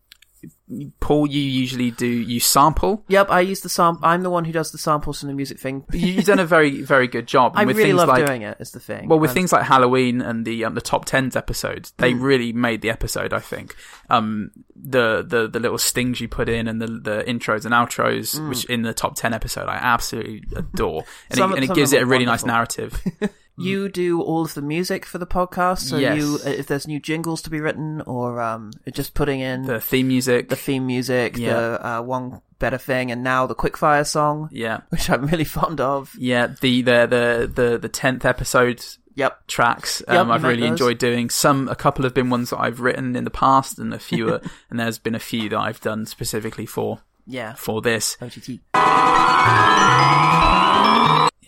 S2: Paul, you usually do you sample.
S1: Yep, I use the sample. I'm the one who does the samples from the music thing.
S2: You- You've done a very very good job.
S1: I
S2: And
S1: really love
S2: like,
S1: doing it. Is the thing.
S2: Well, with
S1: Um,
S2: things like Halloween and the um, the top tens episodes, they
S1: Hmm.
S2: really made the episode. I think um, the the the little stings you put in and the the intros and outros,
S1: Hmm.
S2: which in the top ten episode, I absolutely adore, and
S1: Some
S2: it,
S1: of-
S2: and
S1: some
S2: it
S1: of
S2: gives
S1: them
S2: it a
S1: are
S2: really nice
S1: wonderful.
S2: narrative.
S1: you do all of the music for the podcast. So
S2: Mm. Yes.
S1: you, uh, if there's new jingles to be written or um, just putting in
S2: the theme music,
S1: the theme music, the
S2: Yeah.
S1: uh, one better thing, and now the quickfire song,
S2: yeah,
S1: which I'm really fond of.
S2: yeah, the the the the the tenth episode
S1: Yep.
S2: tracks
S1: Yep,
S2: um,
S1: you
S2: I've
S1: make
S2: really
S1: those.
S2: enjoyed doing. Some a couple have been ones that I've written in the past, and a few, are, and there's been a few that I've done specifically for
S1: Yeah.
S2: for this.
S1: OTT.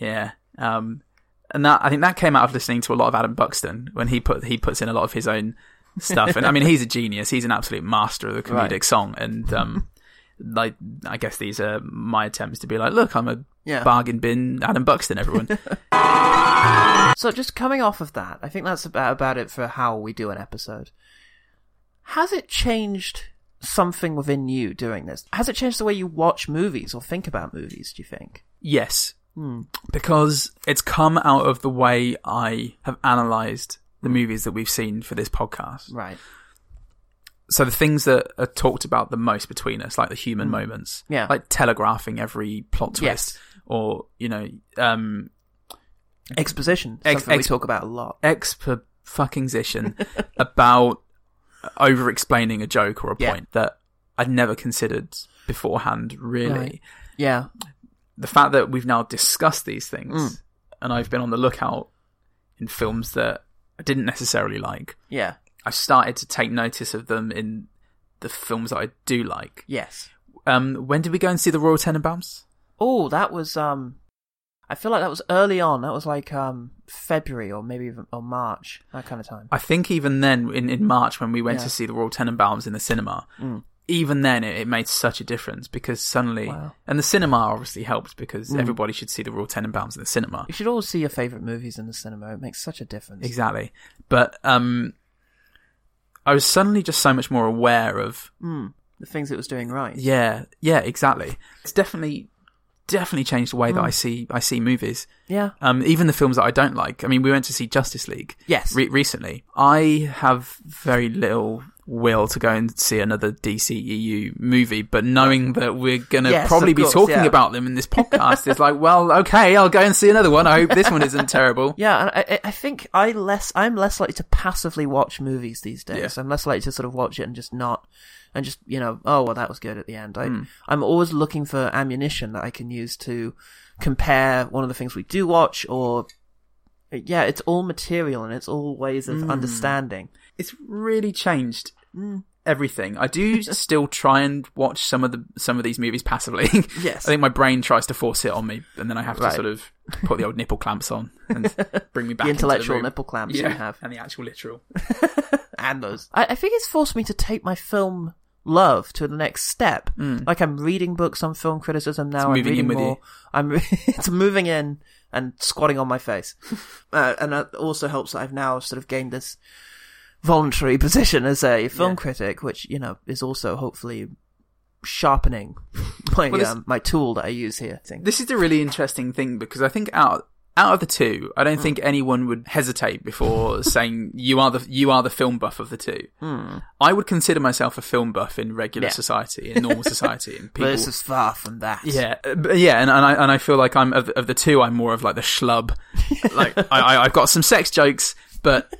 S2: Yeah. Um, and that I think that came out of listening to a lot of Adam Buxton when he put he puts in a lot of his own stuff. And I mean, he's a genius. He's an absolute master of the comedic
S1: Right.
S2: song. And um, like I guess these are my attempts to be like, look, I'm a
S1: Yeah.
S2: bargain bin Adam Buxton. Everyone,
S1: So just coming off of that, I think that's about about it for how we do an episode. Has it changed something within you doing this? Has it changed the way you watch movies or think about movies? Do you think?
S2: yes,
S1: Hmm.
S2: because it's come out of the way I have analysed the movies that we've seen for this podcast.
S1: Right.
S2: so the things that are talked about the most between us, like the human moments,
S1: Mm. Yeah.
S2: like telegraphing every plot twist,
S1: Yes.
S2: or you know, um,
S1: Exposition. Something
S2: Ex-
S1: we
S2: ex-
S1: talk about a lot.
S2: exper fucking about over explaining a joke or a
S1: Yeah.
S2: point that I'd never considered beforehand. Really,
S1: Right. Yeah.
S2: the fact that we've now discussed these things,
S1: Mm.
S2: and I've been on the lookout in films that I didn't necessarily like,
S1: Yeah.
S2: I've started to take notice of them in the films that I do like.
S1: Yes.
S2: Um, when did we go and see the Royal Tenenbaums?
S1: Oh, that was um I feel like that was early on. That was like um February or maybe even or March, that kind of time.
S2: I think even then, in, in March, when we went
S1: Yeah. Mm.
S2: to see the Royal Tenenbaums in the cinema, even then it, it made such a difference because suddenly,
S1: Wow. Mm.
S2: and the cinema obviously helped because everybody should see the Royal Tenenbaums in the cinema.
S1: You should all see your favorite movies in the cinema. It makes such a difference.
S2: Exactly. But um, I was suddenly just so much more aware of
S1: Mm, the things it was doing right.
S2: Yeah, yeah, exactly. It's definitely definitely changed the way
S1: Mm.
S2: that I see I see movies.
S1: Yeah.
S2: Um, even the films that I don't like. I mean, we went to see Justice League.
S1: Yes.
S2: Re- recently, I have very little will to go and see another DCEU movie, but knowing that we're going to
S1: Yes,
S2: probably
S1: of
S2: be
S1: course,
S2: talking
S1: yeah.
S2: about them in this podcast, it's like, well, okay, I'll go and see another one. I hope this one isn't terrible.
S1: Yeah, and I, I- I think I less I'm less likely to passively watch movies these days.
S2: Yeah.
S1: I'm less likely to sort of watch it and just not, and just you know, oh well, that was good at the end. I
S2: Hmm.
S1: I'm always looking for ammunition that I can use to compare one of the things we do watch, or yeah, it's all material and it's all ways of
S2: Hmm.
S1: understanding.
S2: it's really changed everything. I do still try and watch some of the some of these movies passively.
S1: Yes.
S2: I think my brain tries to force it on me, and then I have
S1: Right.
S2: to sort of put the old nipple clamps on and bring me back.
S1: The
S2: into
S1: intellectual
S2: room.
S1: nipple clamps
S2: yeah,
S1: you have,
S2: and the actual literal.
S1: and those. I, I think it's forced me to take my film love to the next step. Like I'm reading books on film criticism now. I'm
S2: moving
S1: reading
S2: in with you.
S1: more. I'm re- it's moving in and squatting on my face, uh, and that also helps that I've now sort of gained this voluntary position as a film
S2: Yeah.
S1: critic, which you know is also hopefully sharpening my
S2: Well, this-
S1: um, my tool that I use here. I think.
S2: This is a really interesting thing because I think out out of the two, I don't
S1: Hmm.
S2: think anyone would hesitate before saying you are the you are the film buff of the two. I would consider myself a film buff in regular
S1: Hmm. Yeah.
S2: society, in normal society, and people
S1: but this is far from that.
S2: Yeah, uh, but yeah, and, and I and I feel like I'm of, of the two, I'm more of like the schlub. Like I, I, I've got some sex jokes, but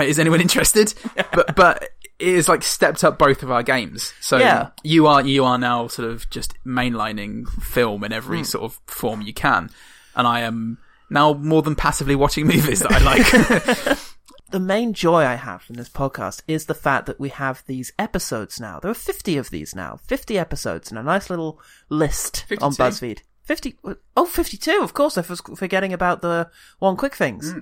S2: is anyone interested? But but it is like stepped up both of our games. So
S1: Yeah.
S2: you are you are now sort of just mainlining film in
S1: Hmm.
S2: every sort of form you can, and I am now more than passively watching movies that I like.
S1: the main joy I have from this podcast is the fact that we have these episodes now. There are 50 of these now. 50 episodes and a nice little list on
S2: 52.
S1: BuzzFeed. 50, oh, 52, of course. I was forgetting about the one quick things.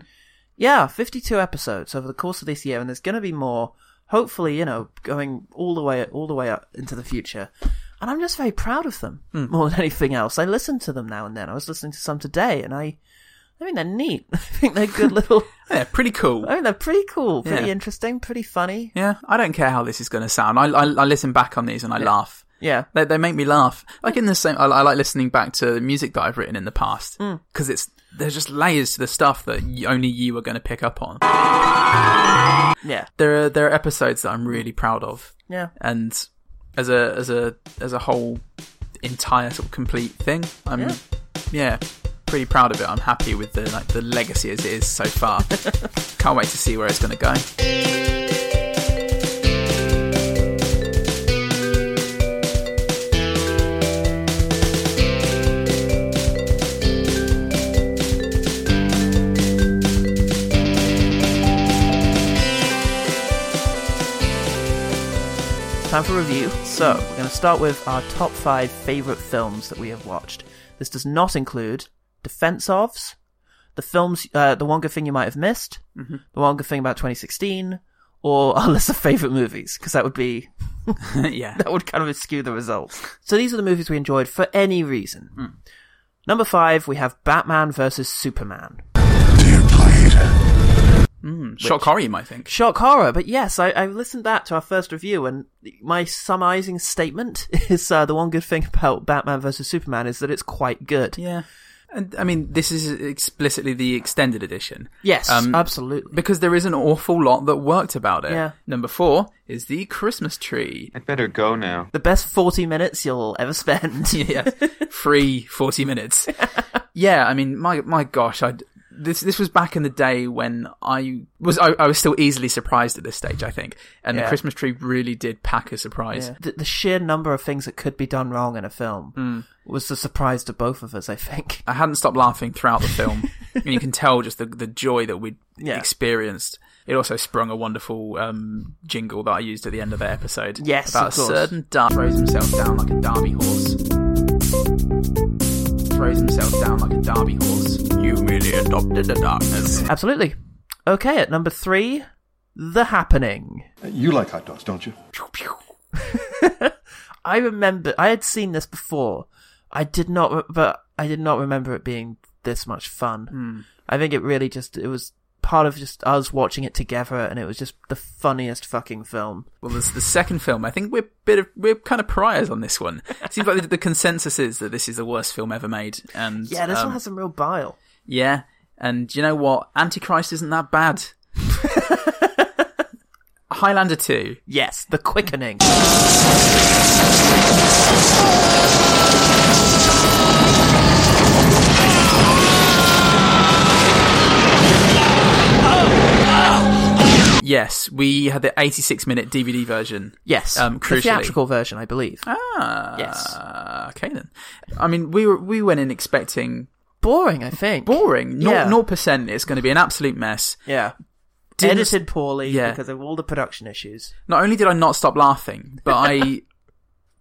S1: Yeah, 52 episodes over the course of this year and there's going to be more, hopefully, you know, going all the way, all the way up into the future. And I'm just very proud of them more than anything else. I listen to them now and then. I was listening to some today and I, I mean, they're neat. I think they're good little.
S2: yeah, pretty cool.
S1: I mean, Oh, they're pretty cool, pretty
S2: Yeah.
S1: interesting, pretty funny.
S2: Yeah, I don't care how this is going to sound. I, I I listen back on these and I laugh.
S1: Yeah.
S2: They, they make me laugh. Like in the same, I, I like listening back to the music that I've written in the past
S1: Hmm.
S2: because it's there's just layers to the stuff that y only you are going to pick up on.
S1: Yeah.
S2: There are there are episodes that I'm really proud of,
S1: Yeah.
S2: and as a as a as a whole entire sort of complete thing, I'm
S1: Yeah.
S2: yeah, pretty proud of it. I'm happy with the like the legacy as it is so far. Can't wait to see where it's going to go.
S1: Time for review. So, we're going to start with our top five favourite films that we have watched. This does not include Defense Ofs, the films, uh, The One Good Thing You Might Have Missed, The One Good Thing About 2016, or our list of favourite movies, because that would be
S2: yeah,
S1: that would kind of skew the results. So these are the movies we enjoyed for any reason. Number five, we have Batman versus Superman.
S2: Hmm. shock horror, you might think.
S1: shock horror. But yes, I, I listened that to our first review, and my summarizing statement is uh, the one good thing about Batman versus Superman is that it's quite good.
S2: Yeah. And I mean, this is explicitly the extended edition.
S1: Yes, uh,
S2: Um,
S1: absolutely.
S2: Because there is an awful lot that worked about it.
S1: Yeah.
S2: Number four is the Christmas tree.
S4: I'd better go now.
S1: The best forty minutes you'll ever spend.
S2: yeah. Free 40 minutes. yeah, I mean, my, my gosh, I, this, this was back in the day when I was, I, I was still easily surprised at this stage, I think. And
S1: Yeah.
S2: the Christmas tree really did pack a surprise.
S1: The, the sheer number of things that could be done
S2: Hmm.
S1: wrong in a film was a surprise to both of us. I think.
S2: I hadn't stopped laughing throughout the film. and you can tell just the the joy that we
S1: Yeah.
S2: experienced. It also sprung a wonderful um, jingle that I used at the end of the episode.
S1: Yes,
S2: about
S1: of
S2: a
S1: course.
S2: certain dart throws himself down like a derby horse. Throws himself down like a derby horse. You merely adopted the darkness.
S1: Absolutely. Okay, at number three, The Happening.
S4: You like hot dogs, don't you?
S1: I remember I had seen this before. I did not, re- but I did not remember it being this much fun.
S2: Hmm.
S1: I think it really just it was part of just us watching it together, and it was just the funniest fucking film.
S2: Well, there's the second film. I think we're bit of, we're kind of pariahs on this one. It seems like the, the consensus is that this is the worst film ever made. And
S1: Yeah, this
S2: um,
S1: one has some real bile.
S2: yeah. And you know what? Antichrist isn't that bad. Highlander two.
S1: Yes, The Quickening.
S2: Yes, we had the 86 minute DVD version.
S1: Yes,
S2: Um,
S1: the
S2: crucially.
S1: theatrical version, I believe.
S2: Ah,
S1: Yes.
S2: Okay then. I mean, we were, we went in expecting
S1: Boring, I think.
S2: boring.
S1: Yeah.
S2: Nor percent. It's going to be an absolute mess.
S1: Yeah,
S2: Didn't-
S1: edited poorly
S2: Yeah.
S1: because of all the production issues.
S2: Not only did I not stop laughing, but I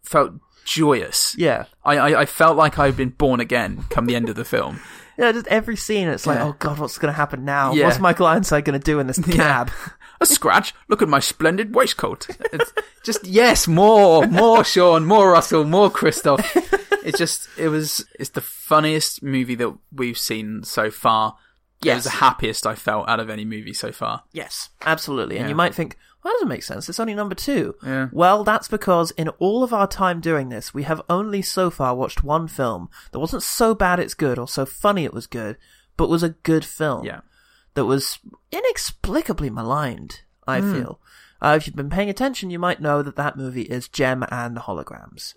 S2: felt joyous.
S1: Yeah,
S2: I, I, I felt like I'd been born again come the end of the film.
S1: yeah. Just every scene, it's like,
S2: Yeah.
S1: oh god, what's going to happen now?
S2: Yeah.
S1: What's Michael Ironside going to do in this cab?
S2: A scratch. Look at my splendid waistcoat. It's just yes, more, more Sean, more Russell, more Christoph. It's just it was it's the funniest movie that we've seen so far. It was
S1: Yes.
S2: the happiest I felt out of any movie so far.
S1: Yes, absolutely. And
S2: Yeah.
S1: you might think, well, that doesn't make sense. It's only number two.
S2: Yeah.
S1: Well, that's because in all of our time doing this, we have only so far watched one film that wasn't so bad it's good or so funny it was good, but was a good film
S2: Yeah.
S1: that was inexplicably maligned, I
S2: Hmm.
S1: feel. Uh, if you've been paying attention, you might know that that movie is Gem and the Holograms.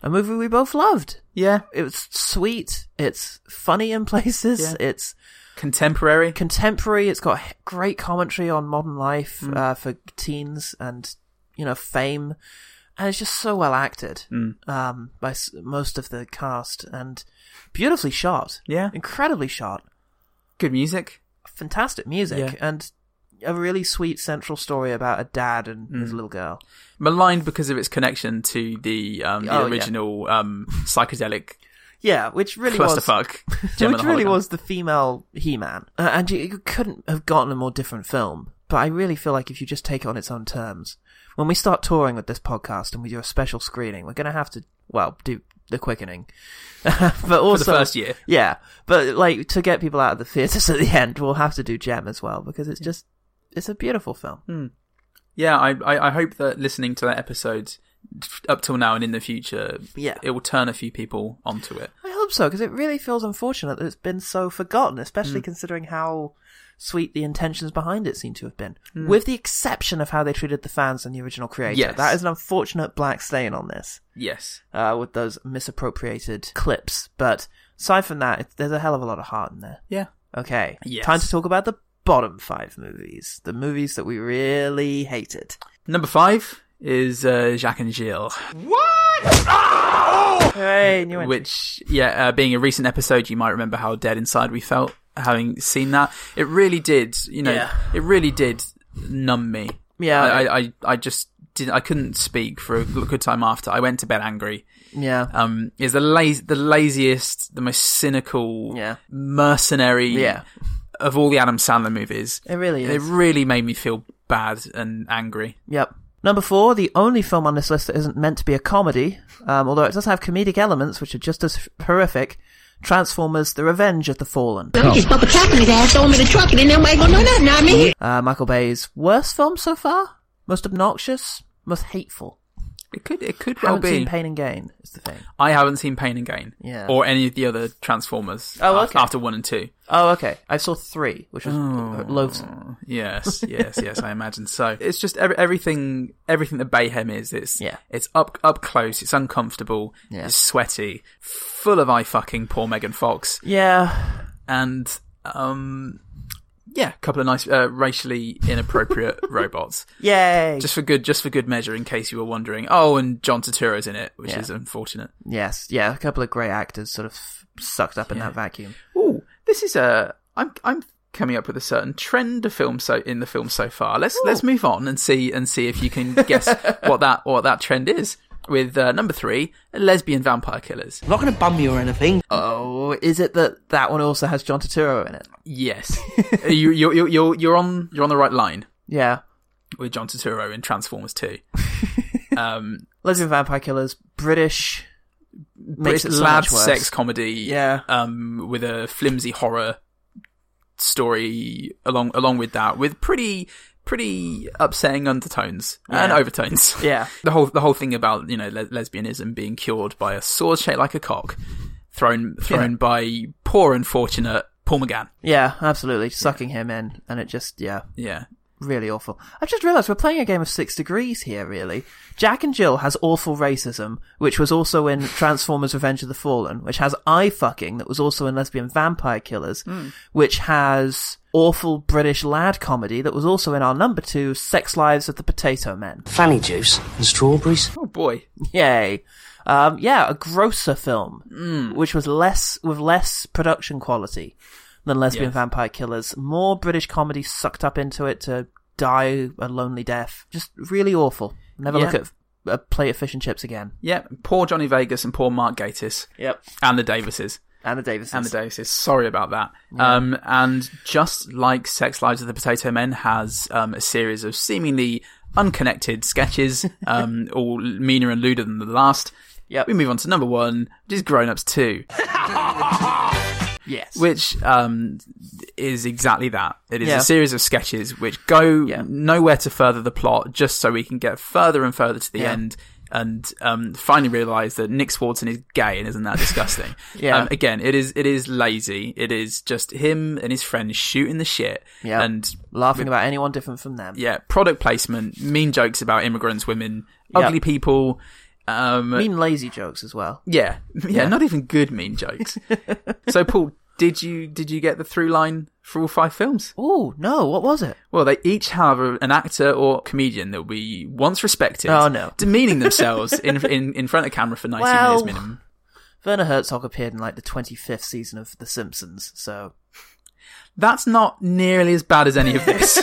S1: A movie we both loved.
S2: Yeah.
S1: It was sweet. It's funny in places.
S2: Yeah.
S1: It's
S2: Contemporary.
S1: contemporary. It's got h- great commentary on modern life
S2: Mm.
S1: uh, for teens and you know fame, and it's just so well acted
S2: Mm.
S1: um, by s- most of the cast and beautifully shot.
S2: Yeah.
S1: incredibly shot.
S2: Good music.
S1: Fantastic music
S2: Yeah.
S1: and a really sweet central story about a dad and
S2: Mm.
S1: his little girl.
S2: Maligned because of its connection to the um, the
S1: Oh, yeah.
S2: original um, psychedelic
S1: Yeah, which really was
S2: clusterfuck. Gem and
S1: which
S2: the
S1: really
S2: Hologram.
S1: was the female He-Man, uh, and you, you couldn't have gotten a more different film. But I really feel like if you just take it on its own terms, when we start touring with this podcast and we do a special screening, we're going to have to well do the quickening, but also
S2: first year.
S1: yeah. But like to get people out of the theaters at the end, we'll have to do Gem as well because it's just it's a beautiful film.
S2: Yeah, I, I, I hope that listening to that episode f- up till now and in the future,
S1: Yeah.
S2: it will turn a few people onto it.
S1: I hope so because it really feels unfortunate that it's been so forgotten,
S2: Mm.
S1: especially considering how sweet the intentions behind it seem to have been, with the exception of how they treated the fans and the original creator.
S2: Mm. Yes.
S1: That is an unfortunate black stain on this,
S2: Yes.
S1: uh, with those misappropriated clips. But aside from that, it, there's a hell of a lot of heart in there.
S2: Yeah.
S1: Okay,
S2: Yes.
S1: time to talk about the bottom five movies, the movies that we really hated.
S2: Number five is uh, Jacques and Gilles,
S1: Hooray, new entry.
S2: which, yeah, uh, being a recent episode, you might remember how dead inside we felt having seen that. It really did, you know,
S1: Yeah.
S2: it really did numb me.
S1: Yeah.
S2: I, I, I, I just didn't, I couldn't speak for a good time after. I went to bed angry.
S1: yeah,
S2: um, is the laz- the laziest, the most cynical,
S1: Yeah.
S2: mercenary
S1: Yeah.
S2: of all the Adam Sandler movies.
S1: it really is.
S2: It really made me feel bad and angry.
S1: Yep. Number four, the only film on this list that isn't meant to be a comedy, um, although it does have comedic elements which are just as horrific, Transformers: The Revenge of the Fallen.
S5: He just spoke a crack in his ass, told me the truck, and then nobody gonna know nothing, I mean.
S1: Uh, Michael Bay's worst film so far, most obnoxious, most hateful.
S2: It could it could well
S1: Haven't
S2: be.
S1: seen Pain and Gain is the thing.
S2: I haven't seen Pain and Gain,
S1: Yeah.
S2: or any of the other Transformers.
S1: Oh,
S2: af-
S1: okay.
S2: After one and two,
S1: Oh, okay. I saw three, which was uh, loathsome.
S2: yes, yes, yes. I imagine so. It's just ev- everything, everything that Bayhem is. It's
S1: Yeah.
S2: It's up up close. It's uncomfortable.
S1: Yeah.
S2: It's sweaty. Full of I fucking poor Megan Fox.
S1: Yeah,
S2: and um, yeah, a couple of nice uh, racially inappropriate robots,
S1: Yay!
S2: just for good, just for good measure, in case you were wondering. Oh, and John Turturro's in it, which
S1: Yeah.
S2: is unfortunate.
S1: yes, yeah, a couple of great actors sort of sucked up in that vacuum.
S2: Ooh, this is a. I'm I'm coming up with a certain trend of film so in the film so far. Let's let's move on and see and see if you can guess what that what that trend is. With uh, number three, lesbian vampire killers.
S4: I'm not going to bum you or anything.
S1: Oh, is it that that one also has John Turturro in it?
S2: Yes, you you you you're, you're on you're on the right line
S1: Yeah.
S2: with John Turturro in Transformers Two. um,
S1: Lesbian Vampire Killers, British. Makes
S2: British
S1: it so
S2: lab
S1: much worse.
S2: sex comedy.
S1: Yeah.
S2: Um, with a flimsy horror story along along with that, with pretty pretty upsetting undertones and
S1: Yeah.
S2: overtones.
S1: Yeah.
S2: the whole the whole thing about you know le- lesbianism being cured by a sword shaped like a cock, thrown thrown by poor unfortunate Paul McGann.
S1: Yeah, absolutely. Sucking him in. And it just, yeah,
S2: Yeah.
S1: really awful. I just realised we're playing a game of six degrees here, really. Jack and Jill has awful racism, which was also in Transformers Revenge of the Fallen, which has eye fucking, that was also in Lesbian Vampire Killers,
S2: Hmm.
S1: which has awful British lad comedy, that was also in our number two, Sex Lives of the Potato Men.
S4: Fanny juice and strawberries.
S2: Oh boy.
S1: Yay. Um, yeah, a grosser film, which was less, with less production quality than Lesbian
S2: Yes.
S1: Vampire Killers. More British comedy sucked up into it to die a lonely death. Just really awful. Never
S2: Yeah.
S1: look at a plate of fish and chips again.
S2: Yeah. Poor Johnny Vegas and poor Mark Gatiss
S1: Yep.
S2: and the Davises.
S1: Anna Davis.
S2: And the Davises. Sorry about that. Um, and just like Sex Lives of the Potato Men has um, a series of seemingly unconnected sketches, um, all meaner and lewder than the last.
S1: Yep.
S2: We move on to number one, which is Grown Ups 2.
S1: Yes.
S2: which um, is exactly that. It is
S1: Yeah.
S2: a series of sketches which go
S1: Yeah.
S2: nowhere to further the plot, just so we can get further and further to the
S1: Yeah.
S2: end and um, finally realize that Nick Swartzen is gay and isn't that disgusting?
S1: Yeah.
S2: Um, again, it is it is lazy. It is just him and his friends shooting the shit
S1: Yeah.
S2: and
S1: Laughing about anyone different from them.
S2: yeah, product placement, mean jokes about immigrants, women, ugly people. Um,
S1: Mean lazy jokes as well.
S2: yeah. yeah, not even good mean jokes. so, Paul, did you did you get the through line for all five films?
S1: Oh, no, what was it?
S2: Well, they each have a, an actor or comedian that we once respected.
S1: Oh, no.
S2: demeaning themselves in, in in front of camera for ninety
S1: Well.
S2: minutes minimum.
S1: Werner Herzog appeared in like the 25th season of The Simpsons, so.
S2: That's not nearly as bad as any of this.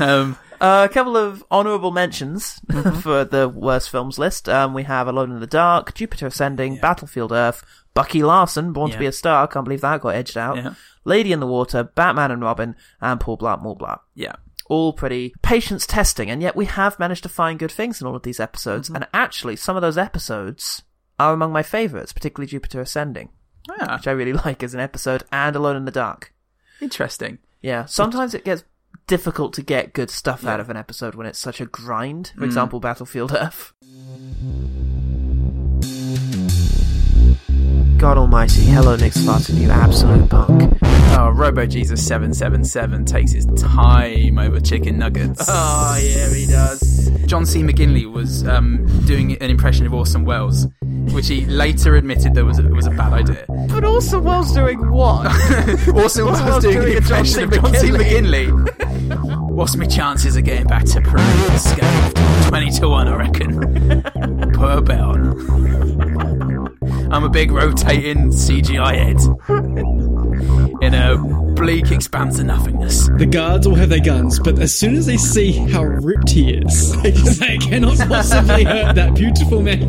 S2: um,
S1: Uh, a couple of honourable mentions
S2: Mm-hmm.
S1: for the worst films list. Um, we have Alone in the Dark, Jupiter Ascending, Battlefield Earth, Bucky Larson, Born to
S2: Yeah.
S1: be a Star. Can't believe that got edged out.
S2: Yeah.
S1: Lady in the Water, Batman and Robin, and Paul Blart Mall Blart.
S2: yeah,
S1: All pretty patience testing, and yet we have managed to find good things in all of these episodes.
S2: Mm-hmm.
S1: And actually, some of those episodes are among my favourites, particularly Jupiter Ascending,
S2: Ah,
S1: which I really like as an episode, and Alone in the Dark.
S2: interesting.
S1: Yeah, sometimes it gets difficult to get good stuff out of an episode when it's such a grind. For example, Battlefield Earth. God almighty, hello Nick Spartan, you absolute punk.
S2: Oh, Robo Jesus seven seven seven takes his time over chicken nuggets.
S1: Oh, yeah, he does.
S2: John C. McGinley was um, doing an impression of Orson Welles, which he later admitted that was a, was a bad idea.
S1: But also, whilst doing what?
S2: Orson Welles was doing an impression of John C. McGinley. What's my chances of getting back to Peru unscathed? Twenty to one, I reckon. per bell. I'm a big rotating CGI head in a bleak expanse of nothingness.
S6: The guards all have their guns, but as soon as they see how ripped he is, they just say, I cannot possibly hurt that beautiful man.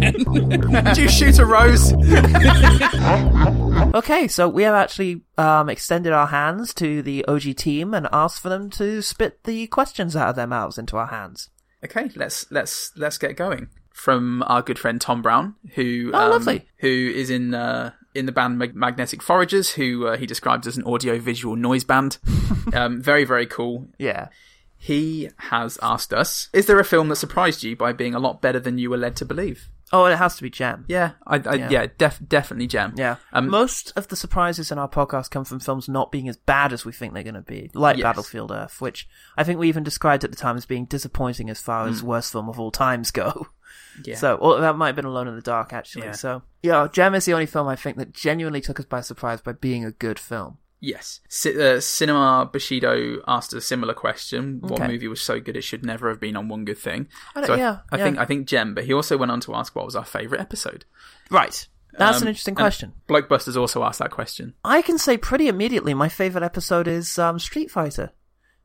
S2: Did you shoot a rose?
S1: okay, so we have actually um, extended our hands to the OG team and asked for them to spit the questions out of their mouths into our hands.
S2: Okay, let's let's let's get going. From our good friend Tom Brown, who
S1: Oh,
S2: um,
S1: lovely.
S2: who is in uh, in the band Mag- Magnetic Foragers, who uh, he describes as an audio-visual noise band. um, very very cool.
S1: Yeah.
S2: He has asked us: Is there a film that surprised you by being a lot better than you were led to believe?
S1: Oh, and it has to be Jam.
S2: Yeah, I, I yeah, def- definitely Gem.
S1: Yeah.
S2: um,
S1: Most of the surprises in our podcast come from films not being as bad as we think they're going to be, like
S2: Yes.
S1: Battlefield Earth, which I think we even described at the time as being disappointing as far as worst film of all times go.
S2: Hmm. Yeah.
S1: So, or that might have been Alone in the Dark, actually.
S2: Yeah.
S1: So, yeah, Gem is the only film I think that genuinely took us by surprise by being a good film.
S2: Yes. C- uh, Cinema Bushido asked a similar question: What
S1: Okay.
S2: movie was so good it should never have been on One Good Thing?
S1: I don't-
S2: so I,
S1: yeah,
S2: I
S1: yeah.
S2: think I think Gem, but he also went on to ask what was our favorite episode.
S1: Right. That's
S2: Um,
S1: an interesting
S2: and
S1: question.
S2: Blockbusters also asked that question.
S1: I can say pretty immediately my favorite episode is um, Street Fighter.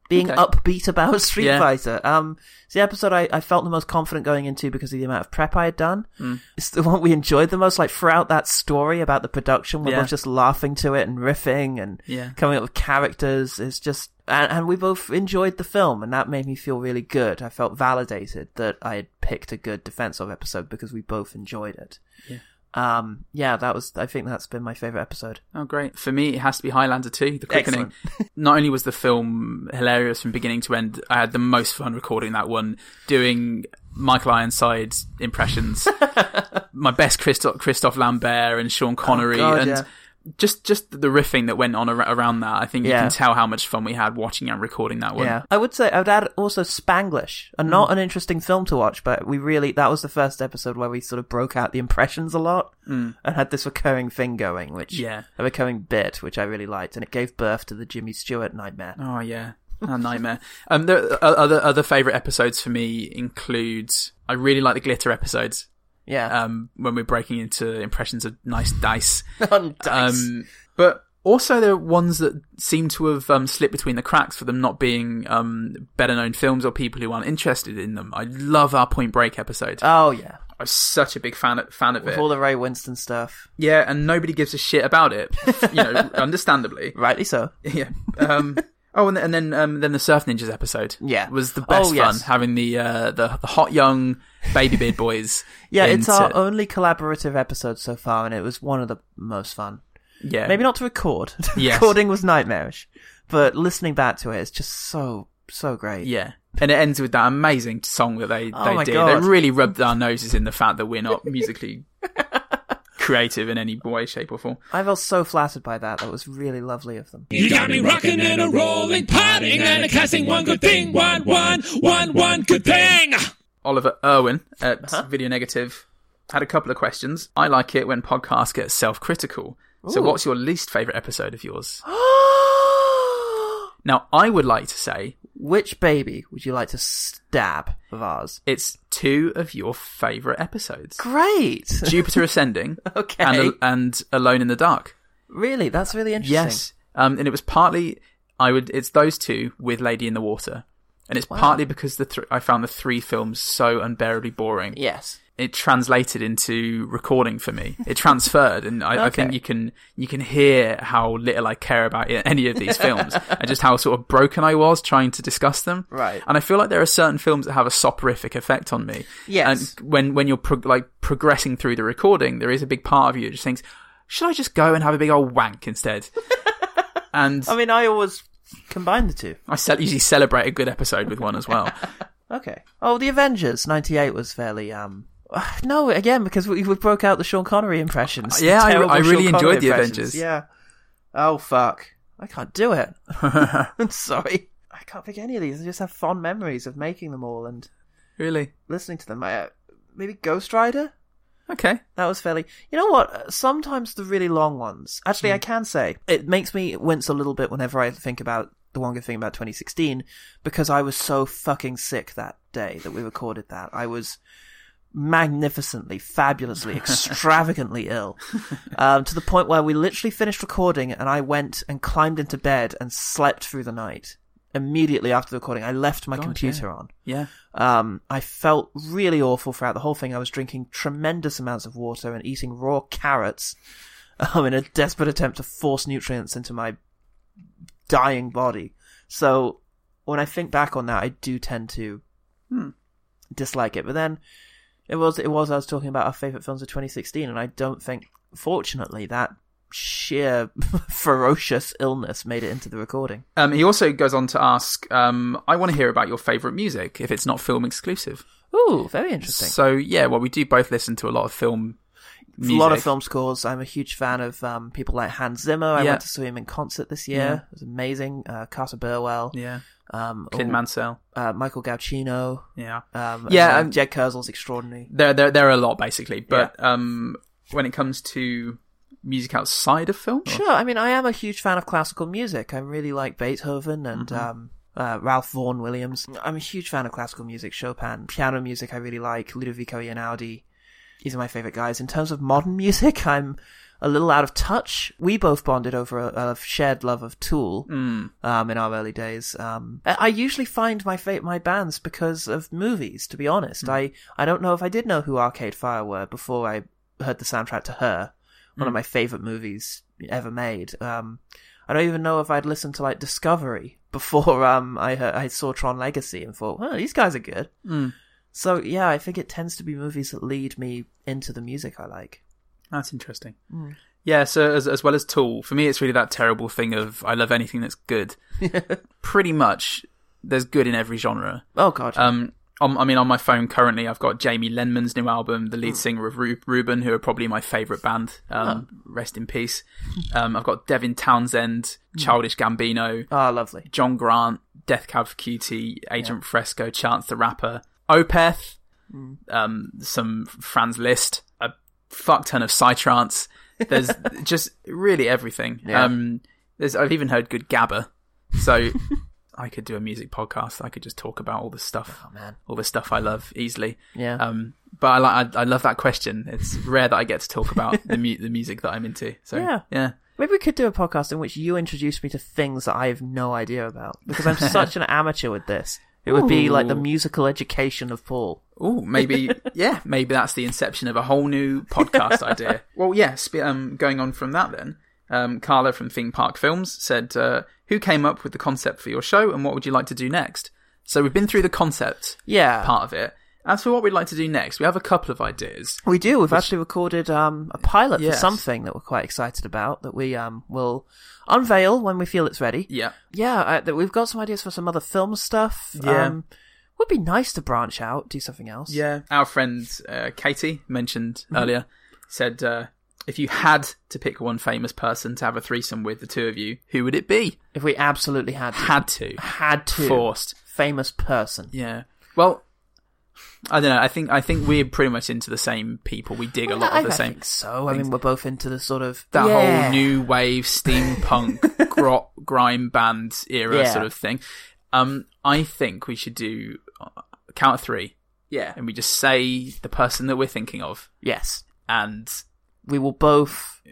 S1: Being
S2: Okay.
S1: upbeat about Street
S2: Yeah.
S1: Fighter. Um, it's the episode I, I felt the most confident going into because of the amount of prep I had done.
S2: Hmm.
S1: It's the one we enjoyed the most, like throughout that story about the production, we're
S2: Yeah.
S1: both just laughing to it and riffing and
S2: Yeah.
S1: coming up with characters. It's just, and, and we both enjoyed the film and that made me feel really good. I felt validated that I had picked a good defense of episode because we both enjoyed it. Yeah. Um, yeah, that was, I think that's been my favorite episode.
S2: Oh, great. For me, it has to be Highlander 2, The Quickening. Not only was the film hilarious from beginning to end, I had the most fun recording that one, doing Michael Ironside's impressions, my best Christoph, Christoph Lambert and Sean Connery,
S1: Oh, God,
S2: and
S1: yeah.
S2: just, just the riffing that went on ar- around that. I think
S1: Yeah.
S2: you can tell how much fun we had watching and recording that one. Mm.
S1: Yeah, I would say I would add also Spanglish, and not an interesting film to watch, but we really that was the first episode where we sort of broke out the impressions a lot and had this recurring thing going, which
S2: Mm. Yeah.
S1: a recurring bit which I really liked, and it gave birth to the Jimmy Stewart nightmare.
S2: Oh yeah, a nightmare. um, the o- other other favorite episodes for me includes I really like the glitter episodes.
S1: Yeah,
S2: Um, when we're breaking into impressions of nice dice.
S1: On dice.
S2: Uh, Um, but also there are ones that seem to have um, slipped between the cracks for them not being um, better known films or people who aren't interested in them. I love our Point Break episode.
S1: oh yeah,
S2: I'm such a big fan of, fan of
S1: with
S2: it.
S1: all the Ray Winston stuff,
S2: yeah, and nobody gives a shit about it. you know, understandably.
S1: rightly so.
S2: Yeah. Um, oh, and, and then um, then the Surf Ninjas episode.
S1: Yeah.
S2: was the best
S1: Oh, yes.
S2: fun having the, uh, the the hot young baby beard boys.
S1: Yeah, it's
S2: into-
S1: our uh, only collaborative episode so far, and it was one of the most fun.
S2: yeah
S1: Maybe not to record.
S2: Yes.
S1: Recording was nightmarish, but listening back to it is just so so great.
S2: Yeah. And it ends with that amazing song that they,
S1: Oh
S2: they
S1: my
S2: do.
S1: God.
S2: They really rubbed our noses in the fact that we're not musically creative in any way, shape, or form.
S1: I felt so flattered by that. That was really lovely of them.
S6: You got me rocking and a rolling, potting and a casting. One good thing, one, one, one, one good thing.
S2: Oliver Irwin at
S1: Uh-huh.
S2: Video Negative had a couple of questions. I like it when podcasts get self critical. So, what's your least favourite episode of yours? now, I would like to say
S1: Which baby would you like to stab of ours?
S2: it's two of your favourite episodes
S1: Great.
S2: Jupiter Ascending
S1: Okay.
S2: and, and Alone in the Dark.
S1: really, that's really interesting.
S2: Yes, um, and it was partly I would. It's those two with Lady in the Water, and it's partly because the thr I found the three films so unbearably boring.
S1: Yes.
S2: It translated into recording for me. It transferred, and I, I think
S1: Okay.
S2: you can you can hear how little I care about i- any of these films, and just how sort of broken I was trying to discuss them.
S1: Right.
S2: And I feel like there are certain films that have a soporific effect on me.
S1: Yes.
S2: And when when you're pro- like progressing through the recording, there is a big part of you that just thinks, should I just go and have a big old wank instead? and
S1: I mean, I always combine the two.
S2: I cel- usually celebrate a good episode with one as well.
S1: Okay. Oh, the Avengers '98 was fairly um. No, again because we, we broke out the Sean Connery impressions.
S2: Yeah, I-
S1: Terrible
S2: I really
S1: Sean Connery
S2: enjoyed the
S1: impressions.
S2: Avengers.
S1: Yeah. Oh fuck! I can't do it. I'm sorry. I can't pick any of these. I just have fond memories of making them all and
S2: really?
S1: listening to them. I, uh, maybe Ghost Rider.
S2: Okay.
S1: That was fairly. You know what? Uh, Sometimes the really long ones. Actually, I can say it makes me wince a little bit whenever I think about the one good thing about 2016 because I was so fucking sick that day that we recorded that. I was magnificently, fabulously, extravagantly ill um, to the point where we literally finished recording and I went and climbed into bed and slept through the night. Immediately after the recording, I left my
S2: God,
S1: computer on.
S2: Yeah.
S1: Um, I felt really awful throughout the whole thing. I was drinking tremendous amounts of water and eating raw carrots um, in a desperate attempt to force nutrients into my dying body. So when I think back on that, I do tend to hmm, dislike it. But then it was it was I was talking about our favorite films of 2016, and I don't think, fortunately, that sheer ferocious illness made it into the recording.
S2: Um, he also goes on to ask, um, I want to hear about your favourite music if it's not film exclusive.
S1: Ooh, very interesting.
S2: So yeah, well we do both listen to a lot of film
S1: There's A lot of
S2: music.
S1: film scores. I'm a huge fan of um, people like Hans Zimmer. I
S2: Yeah.
S1: went to see him in concert this year. It was amazing. Uh, Carter Burwell,
S2: Yeah,
S1: um,
S2: Clint
S1: oh,
S2: Mansell.
S1: uh, Michael Gauchino.
S2: Yeah,
S1: Um,
S2: Yeah,
S1: yeah,
S2: um,
S1: Jed Kurzel's extraordinary.
S2: there there there are a lot basically, but um, when it comes to music outside of film,
S1: Sure, I mean, I am a huge fan of classical music. I really like Beethoven and um, uh, Ralph Vaughan Williams. I'm a huge fan of classical music, Chopin, piano music. I really like Ludovico Einaudi. These are my favorite guys. In terms of modern music, I'm a little out of touch. We both bonded over a, a shared love of Tool um, in our early days. Um, I, I usually find my fa- my bands because of movies. To be honest, I I don't know if I did know who Arcade Fire were before I heard the soundtrack to Her,
S2: Hmm.
S1: one of my favorite movies ever made. Um, I don't even know if I'd listened to like Discovery before um I heard, I saw Tron Legacy and thought, oh, these guys are good.
S2: Hmm.
S1: So yeah, I think it tends to be movies that lead me into the music I like.
S2: That's interesting.
S1: Mm.
S2: Yeah, so as, as well as Tool, for me, it's really that terrible thing of I love anything that's good. Pretty much, there's good in every genre.
S1: Oh god,
S2: Um, on, I mean, on my phone currently, I've got Jamie Lenman's new album, the lead singer of Ru- Ruben, who are probably my favourite band. Um, Rest in peace. Um, I've got Devin Townsend, Childish Gambino,
S1: ah, lovely.
S2: John Grant, Death Cab for Cutie, Agent Fresco, Chance the Rapper, Opeth,
S1: Mm.
S2: um, some Franz Liszt, a fuck ton of Psytrance. There's just really everything.
S1: Yeah.
S2: Um, there's I've even heard good Gabba. So I could do a music podcast. I could just talk about all this stuff,
S1: Oh, man.
S2: all the stuff I love easily.
S1: Yeah.
S2: Um, but I like I, I love that question. It's rare that I get to talk about the mu- the music that I'm into. So
S1: Yeah.
S2: yeah.
S1: Maybe we could do a podcast in which you introduce me to things that I have no idea about because I'm such an amateur with this. It would be like the
S2: Ooh.
S1: musical education of Paul.
S2: Oh, maybe yeah, maybe that's the inception of a whole new podcast idea. Well, yeah. Sp- um, going on from that, then um, Carla from Theme Park Films said, uh, "Who came up with the concept for your show, and what would you like to do next?" So we've been through the concept
S1: Yeah,
S2: part of it. As for what we'd like to do next, we have a couple of ideas.
S1: we do. We've actually recorded um, a pilot for
S2: Yes.
S1: something that we're quite excited about that we um, will unveil when we feel it's ready.
S2: Yeah,
S1: yeah, I, that we've got some ideas for some other film stuff.
S2: Yeah.
S1: Um, would be nice to branch out, do something else.
S2: yeah. Our friend uh, Katie mentioned earlier said, uh, "If you had to pick one famous person to have a threesome with, the two of you, who would it be?"
S1: If we absolutely had to.
S2: Had to,
S1: Had to.
S2: forced.
S1: Famous person.
S2: Yeah. Well, I don't know. I think I think we're pretty much into the same people. We dig a lot
S1: I,
S2: of the
S1: I
S2: same.
S1: think so. I mean, we're both into the sort of.
S2: That
S1: Yeah.
S2: whole new wave steampunk grot grime band era
S1: Yeah.
S2: sort of thing. Um, I think we should do uh, count of three,
S1: Yeah.
S2: and we just say the person that we're thinking of,
S1: Yes.
S2: and
S1: We will both.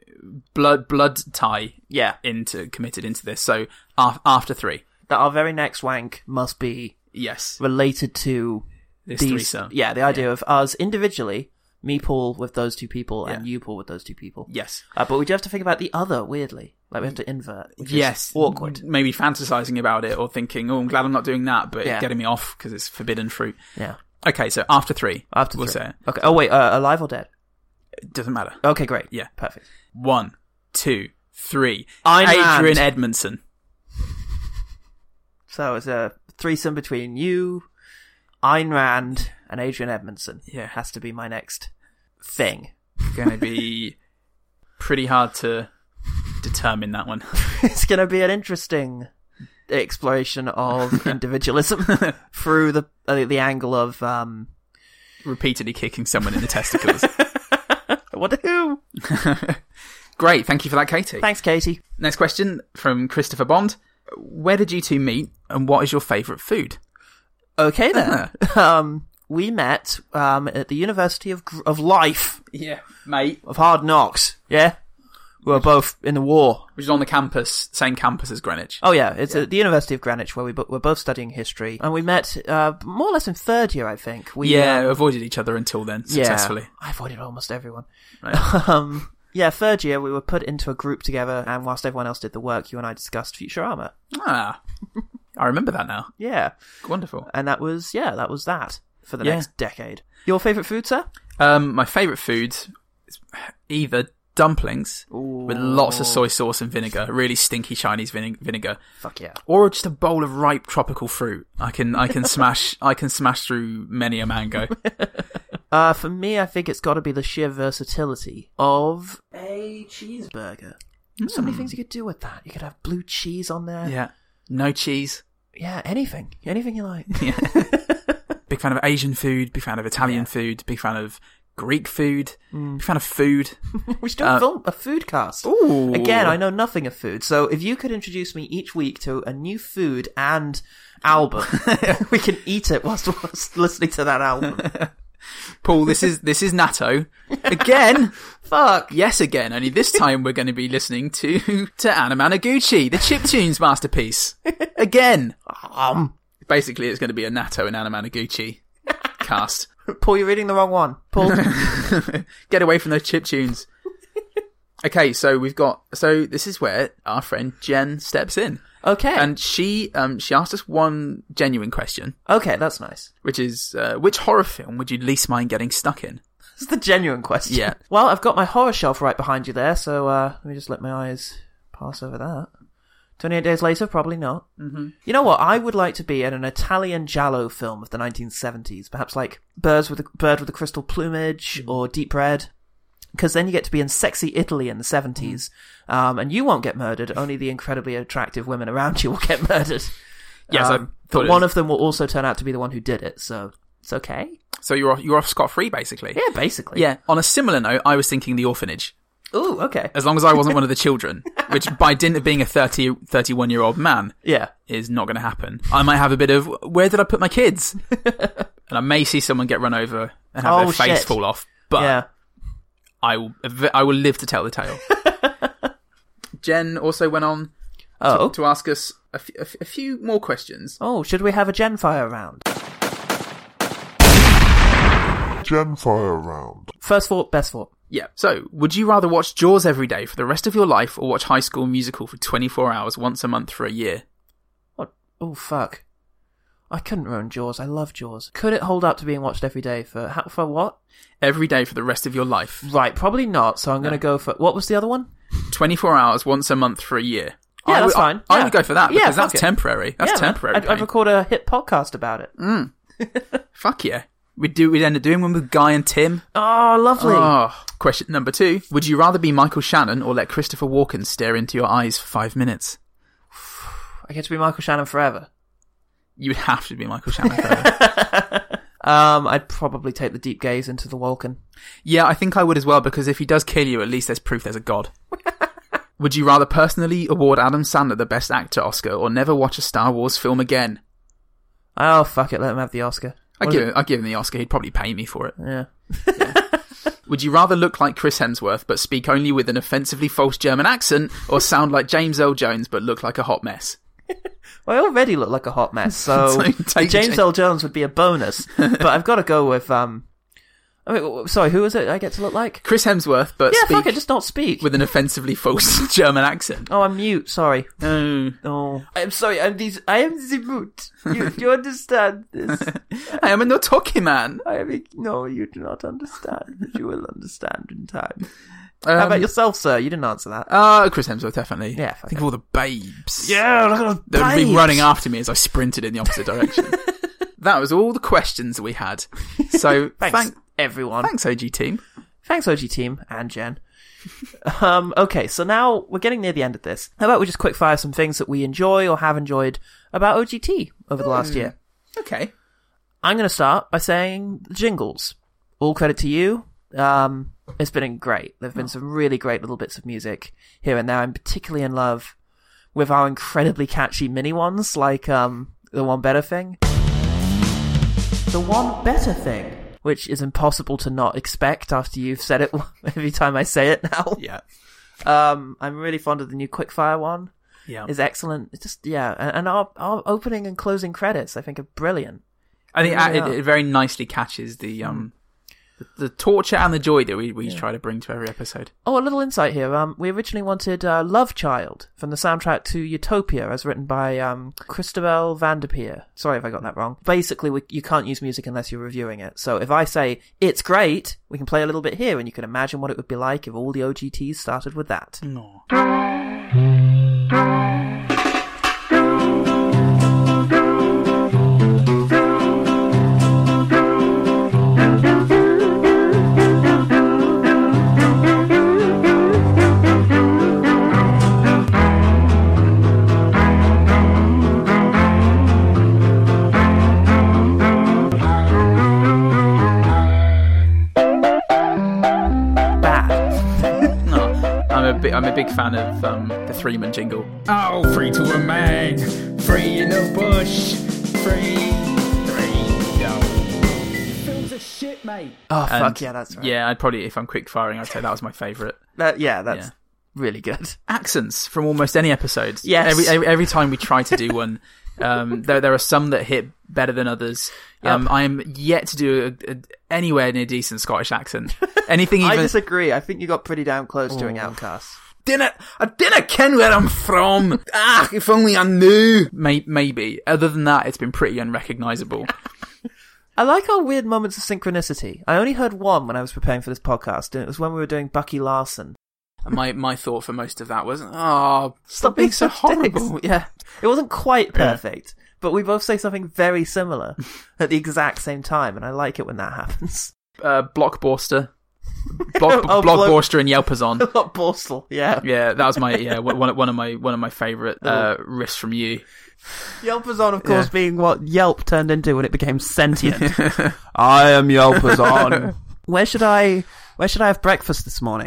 S2: blood blood tie
S1: Yeah.
S2: into committed into this. So af- after three,
S1: That our very next wank must be
S2: yes,
S1: related to
S2: this
S1: these.
S2: threesome.
S1: Yeah, the idea of us individually, me, Paul, with those two people, and
S2: Yeah.
S1: you, Paul, with those two people.
S2: yes.
S1: Uh, but we do have to think about the other, weirdly. Like, we have to invert. which is
S2: yes,
S1: Awkward.
S2: m- Maybe fantasizing about it or thinking, "Oh, I'm glad I'm not doing that," but
S1: Yeah.
S2: it's getting me off because it's forbidden fruit.
S1: Yeah.
S2: Okay, so after three,
S1: After
S2: we'll
S1: three.
S2: say
S1: Okay. Oh wait, uh, alive or dead?
S2: it doesn't matter.
S1: Okay, great.
S2: Yeah.
S1: perfect.
S2: One, two, three.
S1: Ayn
S2: Adrian
S1: Rand.
S2: Edmondson.
S1: So it's a threesome between you, Ayn Rand, and Adrian Edmondson.
S2: Yeah.
S1: has to be my next thing.
S2: Going to be pretty hard to determine that one.
S1: it's going to be an interesting exploration of individualism through the uh, the angle of um
S2: Repeatedly kicking someone in the testicles.
S1: what who?
S2: Great, thank you for that, Katie.
S1: Thanks, Katie.
S2: Next question from Christopher Bond. Where did you two meet, and what is your favourite food?
S1: Okay then. um, we met um at the University of Gr- of Life
S2: Yeah, mate.
S1: of Hard Knocks. Yeah, we were both in the war.
S2: Which is on the campus, same campus as Greenwich.
S1: Oh yeah, it's at the University of Greenwich where we bo- we're both studying history, and we met uh, more or less in third year, I think. We,
S2: yeah,
S1: um,
S2: uh, avoided each other until then
S1: yeah.
S2: successfully.
S1: I avoided almost everyone.
S2: Right.
S1: Um, yeah, third year we were put into a group together, and whilst everyone else did the work, you and I discussed Futurama.
S2: ah, I remember that now.
S1: Yeah,
S2: Wonderful.
S1: and that was yeah, that was that for the
S2: Yeah.
S1: next decade. Your favorite food, sir?
S2: Um, my favourite food is either dumplings with lots of soy sauce and vinegar, really stinky Chinese vine- vinegar,
S1: Fuck yeah.
S2: or just a bowl of ripe tropical fruit. I can I can smash I can smash through many a mango.
S1: Uh, for me, I think it's got to be the sheer versatility of a cheeseburger. So many things you could do with that. You could have blue cheese on there.
S2: Yeah. No cheese.
S1: Yeah, anything. Anything you like.
S2: Yeah. big fan of Asian food, big fan of Italian food, big fan of Greek food,
S1: Mm.
S2: big fan of food.
S1: we should do a,
S2: Uh,
S1: film, a food cast.
S2: Ooh.
S1: Again, I know nothing of food, so if you could introduce me each week to a new food and album, we can eat it whilst, whilst listening to that album.
S2: Paul, this is this is Natto. Again.
S1: Fuck.
S2: Yes, again. Only this time we're going to be listening to to Anna Managuchi, the chiptunes masterpiece. Again.
S1: Um,
S2: Basically, it's going to be a Natto and Anna Managuchi cast.
S1: Paul, you're reading the wrong one. Paul,
S2: Get away from those chip tunes. Okay, so we've got so this is where our friend Jen steps in.
S1: okay.
S2: And she um she asked us one genuine question,
S1: okay, that's nice.
S2: which is uh, which horror film would you least mind getting stuck in?
S1: It's the genuine question.
S2: Yeah.
S1: Well, I've got my horror shelf right behind you there, so uh, let me just let my eyes pass over that. 28 Days Later, probably not. Mm-hmm. You know what? I would like to be in an Italian giallo film of the 1970s, perhaps like Birds with a, Bird with a Crystal Plumage
S2: Mm-hmm.
S1: or Deep Red, because then you get to be in sexy Italy in the 70s,
S2: Mm-hmm.
S1: um, and you won't get murdered, only the incredibly attractive women around you will get murdered.
S2: Yes, I
S1: Um,
S2: thought
S1: but
S2: it-
S1: one of them will also turn out to be the one who did it, so it's okay.
S2: So you're off, you're off scot free basically.
S1: Yeah, basically.
S2: Yeah. On a similar note, I was thinking the orphanage.
S1: Ooh, okay.
S2: As long as I wasn't one of the children, which by dint of being a 30, 31 year old man
S1: Yeah.
S2: is not going to happen. I might have a bit of where did I put my kids? and I may see someone get run over and have
S1: Oh,
S2: their face
S1: shit.
S2: fall off. But
S1: yeah.
S2: I will, I will live to tell the tale. Jen also went on
S1: Oh.
S2: to ask us a f- a f- a few more questions.
S1: Oh, should we have a Gen Fire round?
S7: Genfire round.
S1: First thought, best thought.
S2: Yeah. So, would you rather watch Jaws every day for the rest of your life or watch High School Musical for 24 hours once a month for a year?
S1: What? Oh, fuck. I couldn't ruin Jaws. I love Jaws. Could it hold up to being watched every day for how, for what?
S2: Every day for the rest of your life.
S1: Right, probably not. So I'm going to go for what was the other one?
S2: 24 hours once a month for a year.
S1: Yeah,
S2: I
S1: that's
S2: would,
S1: fine.
S2: I, I
S1: Yeah.
S2: would go for that
S1: Yeah,
S2: because
S1: fuck
S2: that's
S1: it.
S2: temporary. That's
S1: Yeah, man.
S2: temporary.
S1: I'd, I'd record a hit podcast about it.
S2: Fuck yeah. We'd do. We'd end up doing one with Guy and Tim.
S1: Oh, lovely.
S2: Oh. Question number two: Would you rather be Michael Shannon or let Christopher Walken stare into your eyes for five minutes?
S1: I get to be Michael Shannon forever.
S2: You would have to be Michael Shannon. though.
S1: Um, I'd probably take the deep gaze into the Walken.
S2: yeah, I think I would as well because if he does kill you, at least there's proof there's a god. would you rather personally award Adam Sandler the Best Actor Oscar or never watch a Star Wars film again?
S1: Oh, fuck it. Let him have the Oscar.
S2: I
S1: What
S2: give
S1: is
S2: him, I give him the Oscar. He'd probably pay me for it.
S1: it? Yeah.
S2: Would you rather look like Chris Hemsworth but speak only with an offensively false German accent, or sound like James Earl Jones but look like a hot mess?
S1: Well, I already look like a hot mess, so,
S2: So
S1: James,
S2: take James-
S1: L. Jones would be a bonus. but I've got to go with um. I mean, w- sorry, who is it? I get to look like?
S2: Chris Hemsworth but
S1: Yeah,
S2: speak
S1: fuck it, just not speak.
S2: with an offensively false German accent.
S1: Oh, I'm mute. Sorry.
S2: No.
S1: Oh, I'm sorry. I'm these. I am the mute. You, you understand this?
S2: I am a no talkie man.
S1: I am. No, you do not understand. But you will understand in time.
S2: Um,
S1: How about yourself, sir? You didn't answer that.
S2: Uh, Chris Hemsworth, definitely.
S1: Yeah, fuck
S2: Think
S1: it.
S2: of all the babes.
S1: yeah, look at
S2: That would be running after me as I sprinted in the opposite direction. that was all the questions we had. So
S1: Thanks,
S2: thank-
S1: everyone.
S2: thanks, OG team.
S1: Thanks, OG team and Jen. um, okay, so now we're getting near the end of this. How about we just quick fire some things that we enjoy or have enjoyed about OGT over the last year?
S2: Okay.
S1: I'm going to start by saying the jingles. All credit to you. Um, it's been great. There have
S2: Oh.
S1: been some really great little bits of music here and there. I'm particularly in love with our incredibly catchy mini ones, like um, the One Better Thing. The One Better Thing. Which is impossible to not expect after you've said it every time I say it now.
S2: Yeah.
S1: Um, I'm really fond of the new Quickfire one.
S2: Yeah.
S1: It's excellent. It's just, yeah. And, and our, our opening and closing credits, I think, are brilliant.
S2: I think uh,
S1: Yeah.
S2: it, it very nicely catches the um the, the torture and the joy that we, we try to bring to every episode.
S1: Oh, a little insight here. Um, we originally wanted uh, Love Child from the soundtrack to Utopia, as written by um, Christabel Vanderpeer. Sorry if I got that wrong. Basically, we, you can't use music unless you're reviewing it. So if I say, it's great, we can play a little bit here, and you can imagine what it would be like if all the OGTs started with that.
S2: I'm a big fan of um, the Three Man jingle.
S8: Oh, free to a man, free in the bush, free, free, yo. Films are shit, mate.
S1: Oh
S2: And
S1: fuck yeah, that's right.
S2: Yeah, I'd probably if I'm quick firing, I'd say that was my favourite.
S1: That- yeah, that's
S2: Yeah.
S1: really good.
S2: accents from almost any episode.
S1: Yes.
S2: Every every, every time we try to do one, um, there there are some that hit better than others. Um, I am yet to do a, a, anywhere near decent Scottish accent. Anything
S1: I
S2: even Oh.
S1: disagree. I think you got pretty damn close doing Outcasts.
S2: dinner. I dinner ken where I'm from. ah, if only I knew. May, maybe. Other than that, it's been pretty unrecognisable.
S1: I like our weird moments of synchronicity. I only heard one when I was preparing for this podcast, and it was when we were doing Bucky Larson.
S2: And my my thought for most of that was, oh, stop being
S1: being
S2: so
S1: such dicks."
S2: horrible. Yeah.
S1: It wasn't quite perfect, but we both say something very similar at the exact same time, and I like it when that happens.
S2: Uh, blockbuster. Block,
S1: Oh, Block-
S2: blockbuster and Yelp is on.
S1: Not Borstal, yeah.
S2: Yeah, that was my yeah one one of my one of my favorite uh, riffs from you.
S1: Yelp is on, of course, being what Yelp turned into when it became sentient.
S9: I am Yelpers on.
S1: where should I? Where should I have breakfast this morning?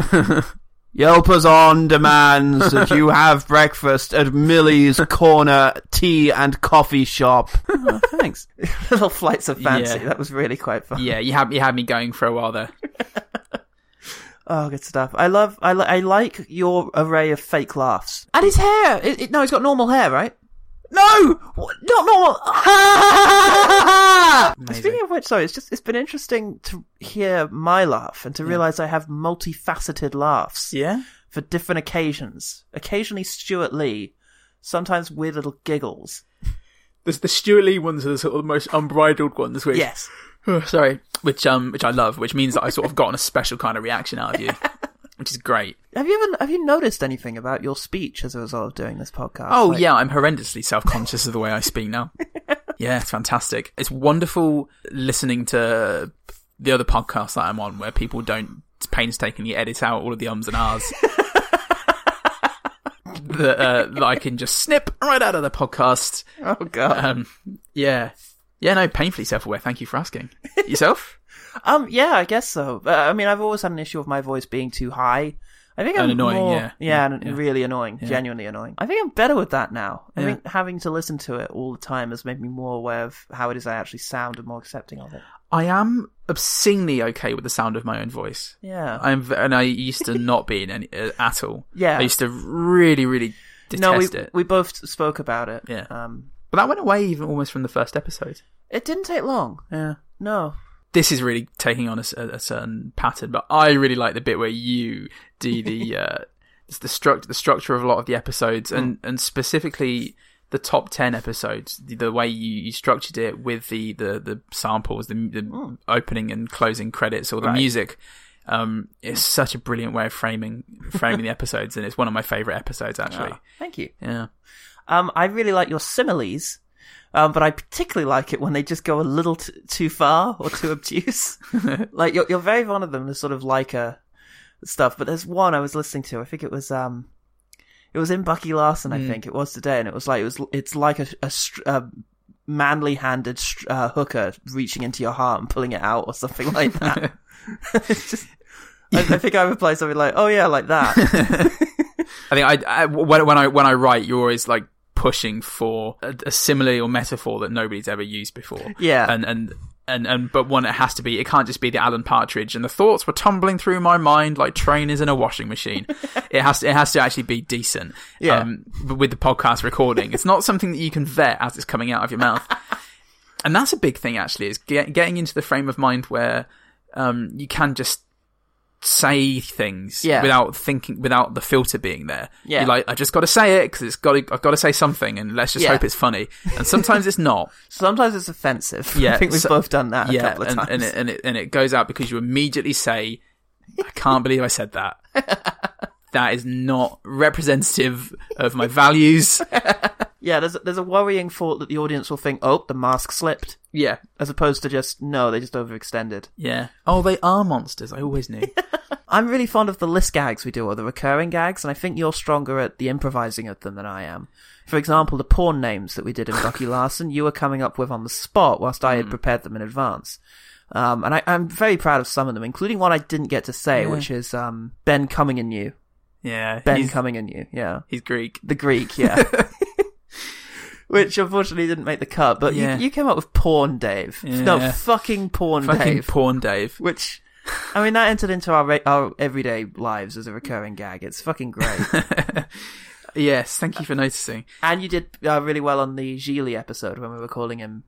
S9: Yelpers on demands that you have breakfast at Millie's Corner Tea and Coffee Shop.
S1: Oh, Thanks. Little flights of fancy.
S2: Yeah.
S1: That was really quite fun.
S2: Yeah, you had you had me going for a while there.
S1: Oh, good stuff. I love. I, li- I like your array of fake laughs. And his hair. It, it, no, he's got normal hair, right? No, What? not normal. Speaking of which, sorry, it's just it's been interesting to hear my laugh and to realize I have multifaceted laughs
S2: Yeah,
S1: for different occasions. Occasionally Stuart Lee, sometimes weird little giggles.
S2: the the Stuart Lee ones are the sort of the most unbridled ones. Which,
S1: Yes,
S2: sorry, which um which I love, which means that I sort of gotten a special kind of reaction out of you, which is great.
S1: have you ever have you noticed anything about your speech as a result of doing this podcast?
S2: Oh
S1: Like-
S2: yeah, I'm horrendously self conscious of the way I speak now. Yeah, it's fantastic. It's wonderful listening to the other podcasts that I'm on where people don't painstakingly edit out all of the ums and ahs. that, uh, that I can just snip right out of the podcast.
S1: Oh god.
S2: Um, yeah. Yeah, no, painfully self aware. Thank you for asking. Yourself?
S1: Um, yeah, I guess so. Uh, I mean, I've always had an issue with my voice being too high. I think
S2: And
S1: I'm
S2: annoying,
S1: more-
S2: yeah.
S1: yeah, and
S2: Yeah.
S1: really annoying, genuinely annoying. I think I'm better with that now. I
S2: Yeah.
S1: think having to listen to it all the time has made me more aware of how it is I actually sound and more accepting of it.
S2: I am obscenely okay with the sound of my own voice.
S1: Yeah.
S2: I'm, v- and I used to not be in any, uh, at all.
S1: Yeah.
S2: I used to really, really detest
S1: no, we
S2: it.
S1: we both spoke about it.
S2: Yeah.
S1: Um,
S2: Uh, But that went away even almost from the first episode.
S1: it didn't take long.
S2: Yeah.
S1: No.
S2: This is really taking on a, s- a- a certain pattern, but I really like the bit where you do the uh, it's the struct the structure of a lot of the episodes, and and specifically the top ten episodes, the, the way you, you structured it with the the, the samples, the, the opening and closing credits, or the music. Um, it's such a brilliant way of framing framing the episodes, and it's one of my favorite episodes actually.
S1: Thank you.
S2: Yeah.
S1: Um, I really like your similes. Um, but I particularly like it when they just go a little t- too far or too obtuse. like you're, you're very fond of them, the sort of Leica stuff. But there's one I was listening to. I think it was um, it was in Bucky Larson. I think it was today, and it was like it was it's like a, a, str- a manly-handed str- uh, hooker reaching into your heart and pulling it out or something like that. it's just, I, I think I replied something like, "Oh yeah, like that."
S2: I think I, I when, when I when I write, you're always like pushing for a, a simile or metaphor that nobody's ever used before.
S1: Yeah.
S2: and and. And, and but one it has to be it can't just be the Alan Partridge and the thoughts were tumbling through my mind like trainers in a washing machine. it has to, it has to actually be decent.
S1: Yeah.
S2: but with the podcast recording, it's not something that you can vet as it's coming out of your mouth. and that's a big thing actually is get, getting into the frame of mind where um, you can just say things
S1: Yeah.
S2: without thinking without the filter being there
S1: Yeah.
S2: You're like i just gotta say it because it's got i've gotta say something and let's just
S1: Yeah.
S2: hope it's funny and sometimes it's not
S1: Sometimes it's offensive.
S2: yeah
S1: I think we've
S2: so-
S1: both done that a
S2: yeah
S1: couple of
S2: and,
S1: times.
S2: and, it, and it and it goes out because you immediately say i can't believe i said that that is not representative of my values
S1: Yeah, there's there's a worrying thought that the audience will think, "Oh, the mask slipped,"
S2: yeah
S1: as opposed to just, "No, they just overextended."
S2: yeah oh they are monsters i always knew
S1: I'm really fond of the list gags we do or the recurring gags, and I think you're stronger at the improvising of them than I am. For example, the porn names that we did in Bucky Larson, you were coming up with on the spot whilst I
S2: Hmm.
S1: had prepared them in advance. Um, and I, I'm very proud of some of them, including one I didn't get to say, which is um, Ben coming in you.
S2: Yeah,
S1: Ben
S2: he's,
S1: coming in you. Yeah.
S2: he's Greek.
S1: The Greek, yeah. Which unfortunately didn't make the cut, but
S2: Yeah.
S1: you, you came up with Porn Dave. No,
S2: Yeah.
S1: fucking Porn
S2: Fucking
S1: Dave.
S2: porn Dave.
S1: Which, I mean, that entered into our, re- our everyday lives as a recurring gag. It's fucking great.
S2: Yes, thank you for noticing.
S1: and you did uh, really well on the Gigli episode when we were calling him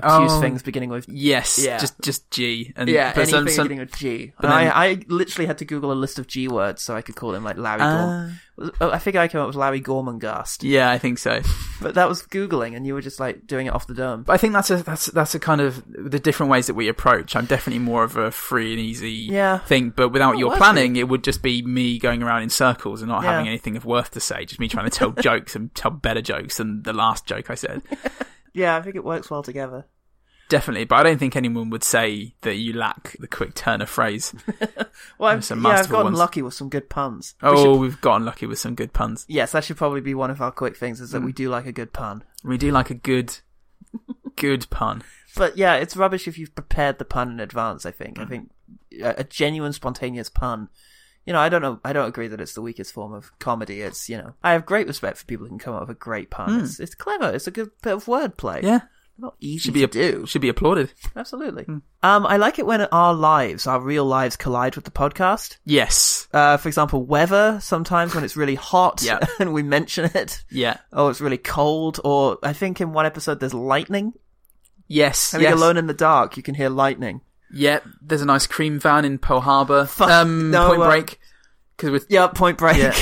S1: obtuse
S2: Oh.
S1: things beginning with
S2: Yes,
S1: Yeah.
S2: just just G and
S1: Yeah,
S2: but
S1: anything
S2: some- some-
S1: beginning with G.
S2: but
S1: And
S2: then-
S1: I, I literally had to Google a list of G words so I could call him like Larry.
S2: Ah.
S1: Gorm- oh, I think I came up with Larry Gormangast,
S2: yeah, I think so.
S1: but that was googling, and you were just like doing it off the dome.
S2: But I think that's a that's that's a kind of the different ways that we approach. I'm definitely more of a free and easy
S1: Yeah.
S2: thing, but without your
S1: worth
S2: planning, it would just be me going around in circles and not
S1: Yeah.
S2: having anything of worth to say. Just me trying to tell jokes and tell better jokes than the last joke I said.
S1: Yeah, I think it works well together.
S2: Definitely, but I don't think anyone would say that you lack the quick turn of phrase.
S1: Well, I've,
S2: There's some
S1: yeah, I've
S2: masterful
S1: gotten
S2: ones.
S1: lucky with some good puns. We
S2: Oh,
S1: should-
S2: we've gotten lucky with some good puns.
S1: yes, that should probably be one of our quick things is that
S2: Hmm.
S1: we do like a good pun.
S2: We do like a good, good pun.
S1: But yeah, it's rubbish if you've prepared the pun in advance. I think. I
S2: Hmm.
S1: think a, a genuine, spontaneous pun. You know, I don't know. I don't agree that it's the weakest form of comedy. It's you know, I have great respect for people who can come up with a great pun. It's, it's clever. It's a good bit of wordplay.
S2: Hmm. Yeah,
S1: not easy
S2: should
S1: to
S2: be a, Hmm.
S1: do.
S2: should be applauded.
S1: Absolutely. Um, I like it when our lives, our real lives, collide with the podcast.
S2: Yes,
S1: Uh, for example, weather sometimes when it's really hot
S2: Yeah.
S1: and we mention it.
S2: yeah,
S1: Oh, it's really cold. Or I think in one episode there's lightning.
S2: yes.
S1: I think
S2: yes.
S1: alone in the dark you can hear lightning.
S2: Yeah, there's an ice cream van in Pearl Harbor.
S1: Fuck,
S2: um,
S1: no,
S2: Point
S1: uh,
S2: Break. Because with
S1: Yeah, Point Break.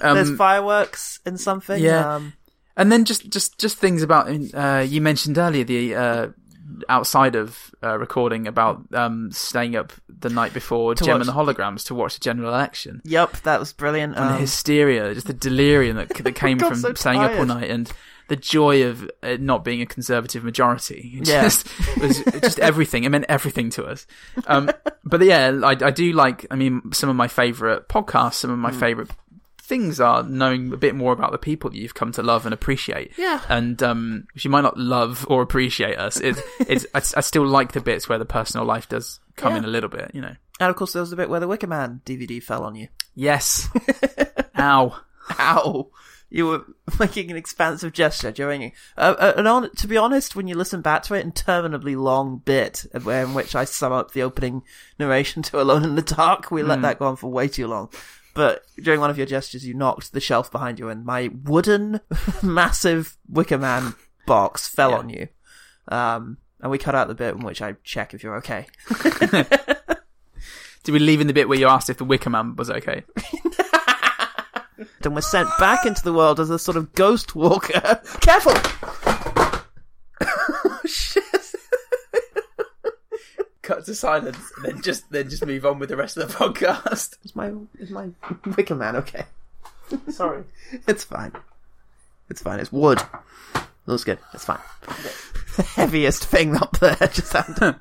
S1: There's
S2: Um,
S1: fireworks and something.
S2: yeah.
S1: Um,
S2: and then just just just things about uh, you mentioned earlier the uh, outside of uh, recording about um, staying up the night before Gem
S1: watch-
S2: and the Holograms to watch the general election.
S1: yep, that was brilliant.
S2: And
S1: Um,
S2: the hysteria, just the delirium that, that came
S1: got
S2: from
S1: so
S2: staying up all
S1: tired.
S2: night, and the joy of it not being a conservative majority. It
S1: Yeah.
S2: just was just everything. It meant everything to us. Um, but yeah, I, I do like. I mean, some of my favorite podcasts, some of
S1: Hmm.
S2: my favorite things are knowing a bit more about the people that you've come to love and appreciate.
S1: Yeah.
S2: And um, she might not love or appreciate us. It's, it's I, I still like the bits where the personal life does come in a little bit. You know.
S1: and of course, there was the bit where the Wicker Man DVD fell on you.
S2: Yes. Ow.
S1: Ow! You were making an expansive gesture during. Uh, uh, and on, to be honest, when you listen back to it, interminably long bit where- in which I sum up the opening narration to "Alone in the Dark," we
S2: Hmm.
S1: let that go on for way too long. But during one of your gestures, you knocked the shelf behind you, and my wooden, massive Wicker Man box fell on you. Um, and we cut out the bit in which I check if you're okay.
S2: Did we leave in the bit where you asked if the Wicker Man was okay?
S1: and was sent back into the world as a sort of ghost walker. Careful!
S2: Oh, Cut to silence, and then just then just move on with the rest of the podcast.
S1: Is my is my Wicker Man okay? Sorry, it's fine. It's fine. It's wood. Looks good. It's fine. The heaviest thing up there just happened.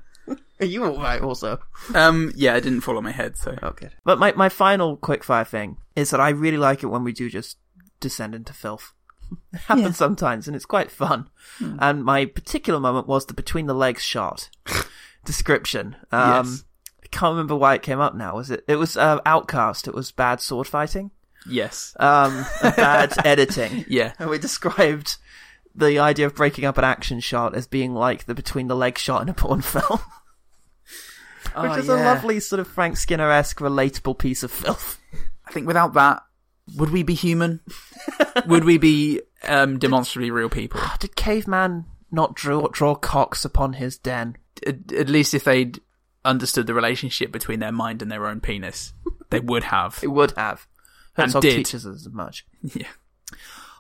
S1: Are you all right? Also,
S2: Um, yeah, it didn't fall on my head, so
S1: oh good. But my my final quickfire thing is that I really like it when we do just descend into filth. It happens sometimes, and it's quite fun. And my particular moment was the between the legs shot description. Um,
S2: Yes.
S1: I can't remember why it came up now. Was it? It was uh, Outcast. It was bad sword fighting
S2: yes,
S1: um, and bad editing.
S2: yeah,
S1: And we described the idea of breaking up an action shot as being like the between the leg shot in a porn film, Oh, which is a lovely sort of Frank Skinner esque relatable piece of filth.
S2: I think without that, would we be human? would we be um demonstrably real people?
S1: Oh, did caveman not draw draw cocks upon his den?
S2: At, at least if they'd understood the relationship between their mind and their own penis, they would have.
S1: It would have. Herzog
S2: did.
S1: teaches us as much.
S2: Yeah.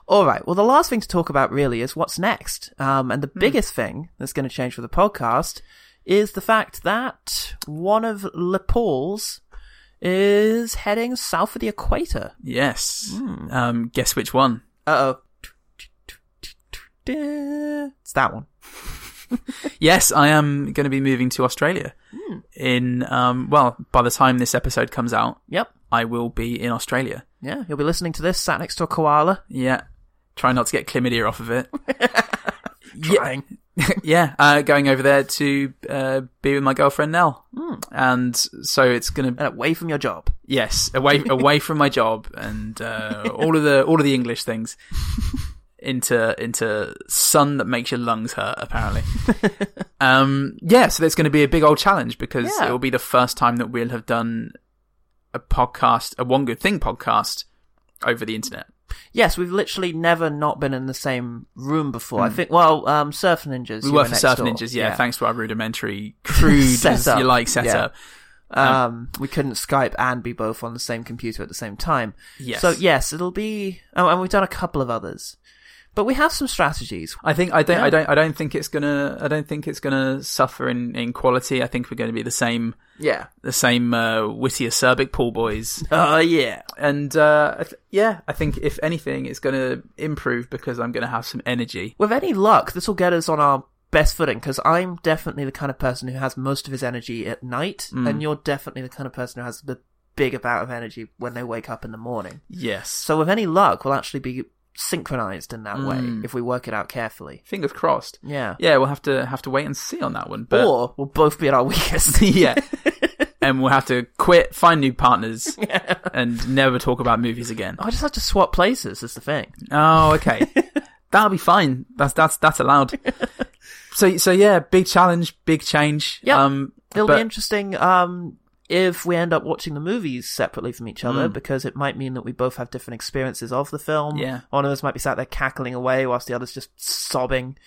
S1: All right. Well, the last thing to talk about really is what's next. Um, and the biggest thing that's going to change for the podcast is the fact that one of Lepaule's is heading south of the equator.
S2: Yes. Um, guess which one?
S1: Uh oh. It's that one.
S2: Yes, I am going to be moving to Australia. In um, well, by the time this episode comes out,
S1: Yep.
S2: I will be in Australia.
S1: Yeah. You'll be listening to this sat next to a koala.
S2: Yeah. Try not to get chlamydia off of it.
S1: Trying.
S2: yeah. Uh, going over there
S1: Hmm.
S2: to uh, be with my girlfriend Nell. And so it's going to,
S1: And away from your job.
S2: Yes, away away from my job and uh, all of the all of the English things into into sun that makes your lungs hurt. Apparently, um, yeah. So that's going to be a big old challenge because
S1: Yeah.
S2: it will be the first time that we'll have done a podcast, a one good thing podcast over the internet.
S1: Yes, we've literally never not been in the same room before. I think. Well, um, Surf Ninjas.
S2: Mm. We
S1: you
S2: were for
S1: next
S2: Surf
S1: door.
S2: Ninjas, yeah, Thanks to our rudimentary, crude, as
S1: Setup,
S2: you like
S1: yeah.
S2: setup.
S1: Um, we couldn't Skype and be both on the same computer at the same time.
S2: Yes.
S1: So yes, it'll be, oh, and we've done a couple of others, but we have some strategies.
S2: I think I don't I don't I don't think it's gonna I don't think it's gonna suffer in, in quality. I think we're gonna be the same
S1: Yeah.
S2: the same uh, witty acerbic pool boys.
S1: Oh yeah.
S2: And uh, I th- yeah, I think if anything, it's gonna improve because I'm gonna have some energy.
S1: With any luck, this will get us on our best footing because I'm definitely the kind of person who has most of his energy at night,
S2: Mm.
S1: and you're definitely the kind of person who has the big amount of energy when they wake up in the morning.
S2: Yes,
S1: So with any luck, we'll actually be synchronized in that way if we work it out carefully.
S2: fingers crossed.
S1: Yeah.
S2: Mm. Yeah, we'll have to have to wait and see on that one. But
S1: or we'll both be at our weakest.
S2: yeah. And we'll have to quit, find new partners, and never talk about movies again.
S1: I just have to swap places. Is the thing.
S2: Oh, okay. That'll be fine. That's that's that's allowed. so so yeah, big challenge, big change.
S1: Yeah.
S2: Um,
S1: It'll
S2: but
S1: be interesting um, if we end up watching the movies separately from each
S2: Hmm.
S1: other because it might mean that we both have different experiences of the film.
S2: Yeah.
S1: One of us might be sat there cackling away whilst the other's just sobbing.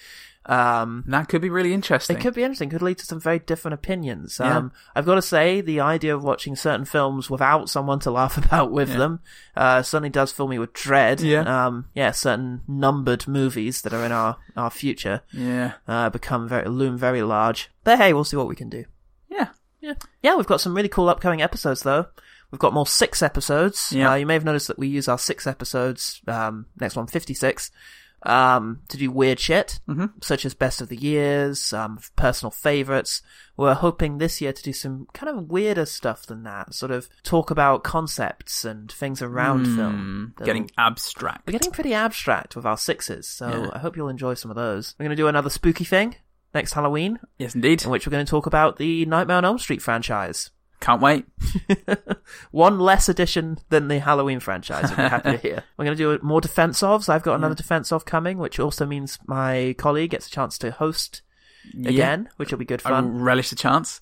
S1: Um,
S2: that could be really interesting.
S1: it could be interesting. Could lead to some very different opinions. Um, I've got to say, the idea of watching certain films without someone to laugh about with them uh, certainly does fill me with dread.
S2: Yeah.
S1: Um, yeah. Certain numbered movies that are in our our future
S2: Yeah.
S1: uh, become very loom very large. But hey, we'll see what we can do.
S2: Yeah.
S1: Yeah, we've got some really cool upcoming episodes though. We've got more six episodes.
S2: Yeah.
S1: Uh, you may have noticed that we use our six episodes, um, next one, 56, um, to do weird shit,
S2: Mm-hmm.
S1: such as best of the years, um, personal favorites. We're hoping this year to do some kind of weirder stuff than that, sort of talk about concepts and things around film. That'll-
S2: Hmm. Getting abstract.
S1: we're getting pretty abstract with our sixes, so
S2: Yeah.
S1: I hope you'll enjoy some of those. We're going to do another spooky thing next Halloween,
S2: Yes, indeed.
S1: in which we're going to talk about the Nightmare on Elm Street franchise.
S2: Can't wait.
S1: One less edition than the Halloween franchise. We're happy to hear. We're going to do more defense ofs. I've got another defense of coming, which also means my colleague gets a chance to host again, which will be good
S2: I
S1: fun.
S2: relish the chance.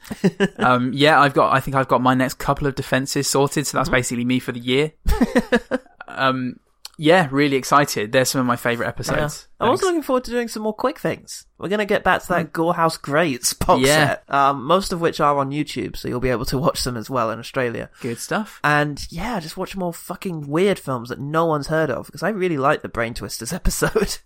S2: um, yeah, I've got. I think I've got my next couple of defenses sorted. So that's
S1: Mm-hmm.
S2: basically me for the year. um, yeah, really excited. They're some of my favorite
S1: Yeah.
S2: episodes.
S1: I'm also
S2: Thanks.
S1: looking forward to doing some more quick things. We're going to get back to that Gorehouse Greats box
S2: Mm. Yeah.
S1: set, um, most of which are on YouTube, so you'll be able to watch them as well in Australia.
S2: good stuff.
S1: And yeah, just watch more fucking weird films that no one's heard of because I really like the Brain Twisters episode.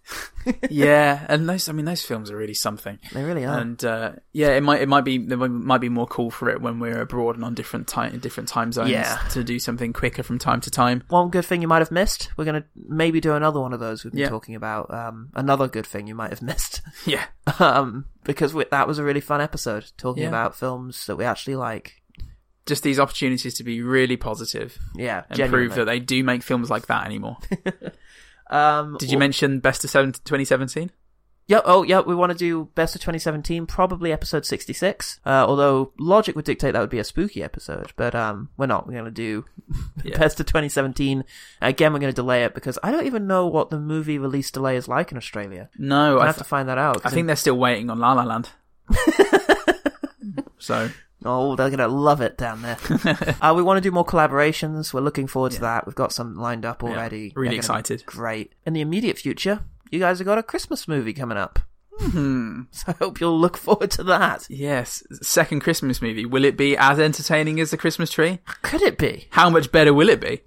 S2: yeah, and those. I mean, those films are really something.
S1: they really are.
S2: and uh, yeah, it might it might be there might be more cool for it when we're abroad and on different time different time zones
S1: Yeah.
S2: to do something quicker from time to time.
S1: one good thing you might have missed. We're gonna maybe do another one of those we've been
S2: Yeah.
S1: talking about. Um, another good thing you might have missed.
S2: Yeah,
S1: um, because we, that was a really fun episode talking
S2: Yeah.
S1: about films that we actually like.
S2: just these opportunities to be really positive
S1: Yeah,
S2: and
S1: genuinely.
S2: prove that they do make films like that anymore.
S1: Um,
S2: Did you mention Best of Seven 2017?
S1: Yeah, oh, yeah, we want to do Best of 2017, probably episode 66. Uh, although logic would dictate that would be a spooky episode, but um, we're not. We're going to do
S2: Yeah.
S1: Best of 2017. Again, we're going to delay it because I don't even know what the movie release delay is like in Australia.
S2: No,
S1: I
S2: I,
S1: have to
S2: th-
S1: find that out.
S2: I think they're still waiting on La La Land. so
S1: Oh, they're going to love it down there. uh, we want to do more collaborations. We're looking forward to that. We've got some lined up already. They're
S2: really
S1: gonna be
S2: excited.
S1: Great. In the immediate future, you guys have got a Christmas movie coming up.
S2: Mm-hmm.
S1: So I hope you'll look forward to that.
S2: yes, second Christmas movie. Will it be as entertaining as the Christmas tree?
S1: Could it be?
S2: how much better will it be?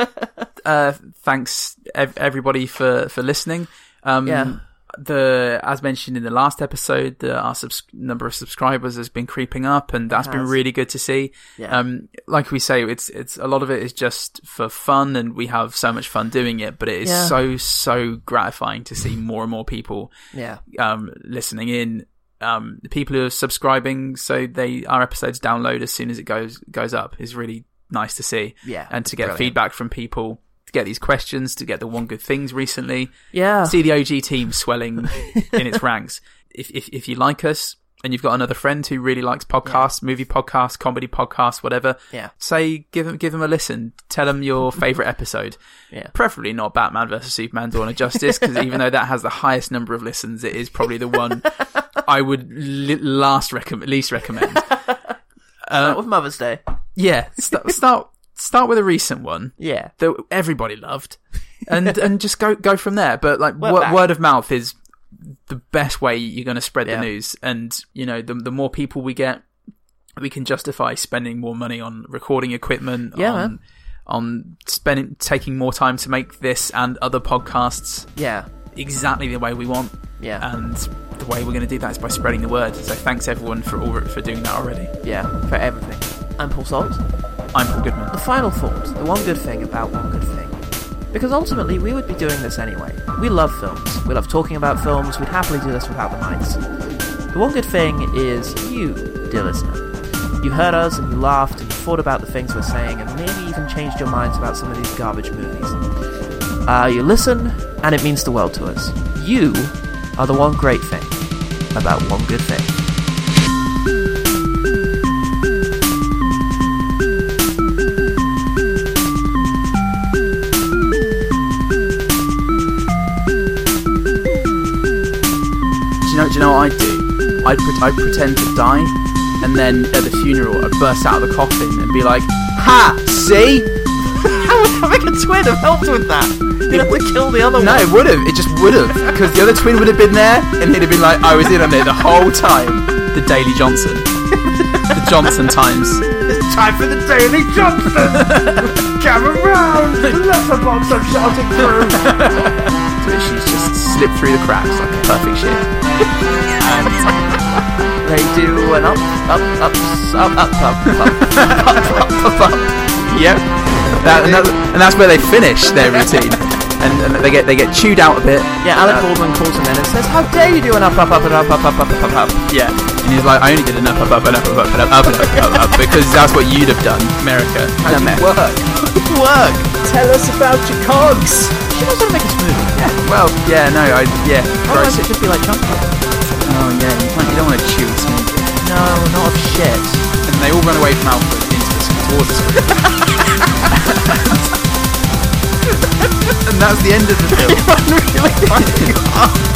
S2: uh, thanks ev- everybody for for listening. Um,
S1: Yeah.
S2: The as mentioned in the last episode, the, our subs- number of subscribers has been creeping up, and that's been
S1: has.
S2: really good to see.
S1: Yeah.
S2: Um, like we say, it's it's a lot of it is just for fun, and we have so much fun doing it. But it is
S1: Yeah.
S2: so so gratifying to see more and more people
S1: Yeah.
S2: um, listening in. Um, the people who are subscribing, so they our episodes download as soon as it goes goes up is really nice to see.
S1: Yeah,
S2: and to get
S1: brilliant.
S2: feedback from people, to get these questions, to get the one good things recently.
S1: Yeah.
S2: See the OG team swelling in its ranks. If, if if you like us, and you've got another friend who really likes podcasts, movie podcasts, comedy podcasts, whatever,
S1: Yeah.
S2: say give him give him a listen. Tell him your favorite episode.
S1: Yeah.
S2: Preferably not Batman versus Superman: Dawn of Justice, because even though that has the highest number of listens, it is probably the one I would li- last recommend, least recommend.
S1: Start with Mother's Day.
S2: Yeah, st- start start with a recent one
S1: Yeah.
S2: that everybody loved, and and just go go from there. But like
S1: Word
S2: word,
S1: back.
S2: word of mouth is the best way you're going to spread
S1: Yeah.
S2: the news, and you know the the more people we get, we can justify spending more money on recording equipment.
S1: Yeah,
S2: on,
S1: man.
S2: on spending taking more time to make this and other podcasts
S1: Yeah.
S2: exactly the way we want.
S1: Yeah.
S2: And the way we're going to do that is by spreading the word. So thanks everyone for all, for doing that already.
S1: Yeah. For everything. I'm Paul Salt.
S2: I'm Paul Goodman.
S1: The final thought, the one good thing about one good thing. Because ultimately, we would be doing this anyway. We love films. We love talking about films. We'd happily do this without the mics. The one good thing is you, dear listener. You heard us and you laughed and you thought about the things we're saying and maybe even changed your minds about some of these garbage movies. Uh, you listen, and it means the world to us. You are the one great thing about one good thing.
S2: Do you know? Do you know what I do? I pre- I pretend to die, and then at the funeral, I burst out of the coffin and be like, "Ha! See?
S1: Having a twin have helped with that. You'd have to kill the other
S2: No,
S1: one.
S2: it would have. It just would have, because the other twin would have been there, and he'd have been like, I was in on it the whole time. The Daily Johnson, the Johnson Times.
S1: It's time for the Daily Johnson! Come around! The letterbox I'm shouting through!
S2: But she's just slipped through the cracks like a perfect shit.
S1: They do an up, up, up, s- up, up, up, up, up, up, up, up.
S2: Yep. That, and, that, and that's where they finish their routine, and, and they get they get chewed out a bit. Uh,
S1: Yeah, Alec Baldwin calls him in and says, How dare you do an up, up, up, and up, up, up, up, up, up, up.
S2: Yeah. And he's like, I only did enough up, up, and up, up, up, and up, up, and up, up, up, up, because that's what you'd have done, America. America.
S1: Work!
S2: Tell us about your cogs.
S1: She knows how to make a smoothie.
S2: Well, yeah, no, I, yeah.
S1: Otherwise,
S2: gross.
S1: it'd just be like chunk
S2: Oh, yeah, you, can't, you don't want to chew smoothie.
S1: No, not of shit.
S2: And they all run away from Alfred into the sc- towards the screen. and that's the end of the film.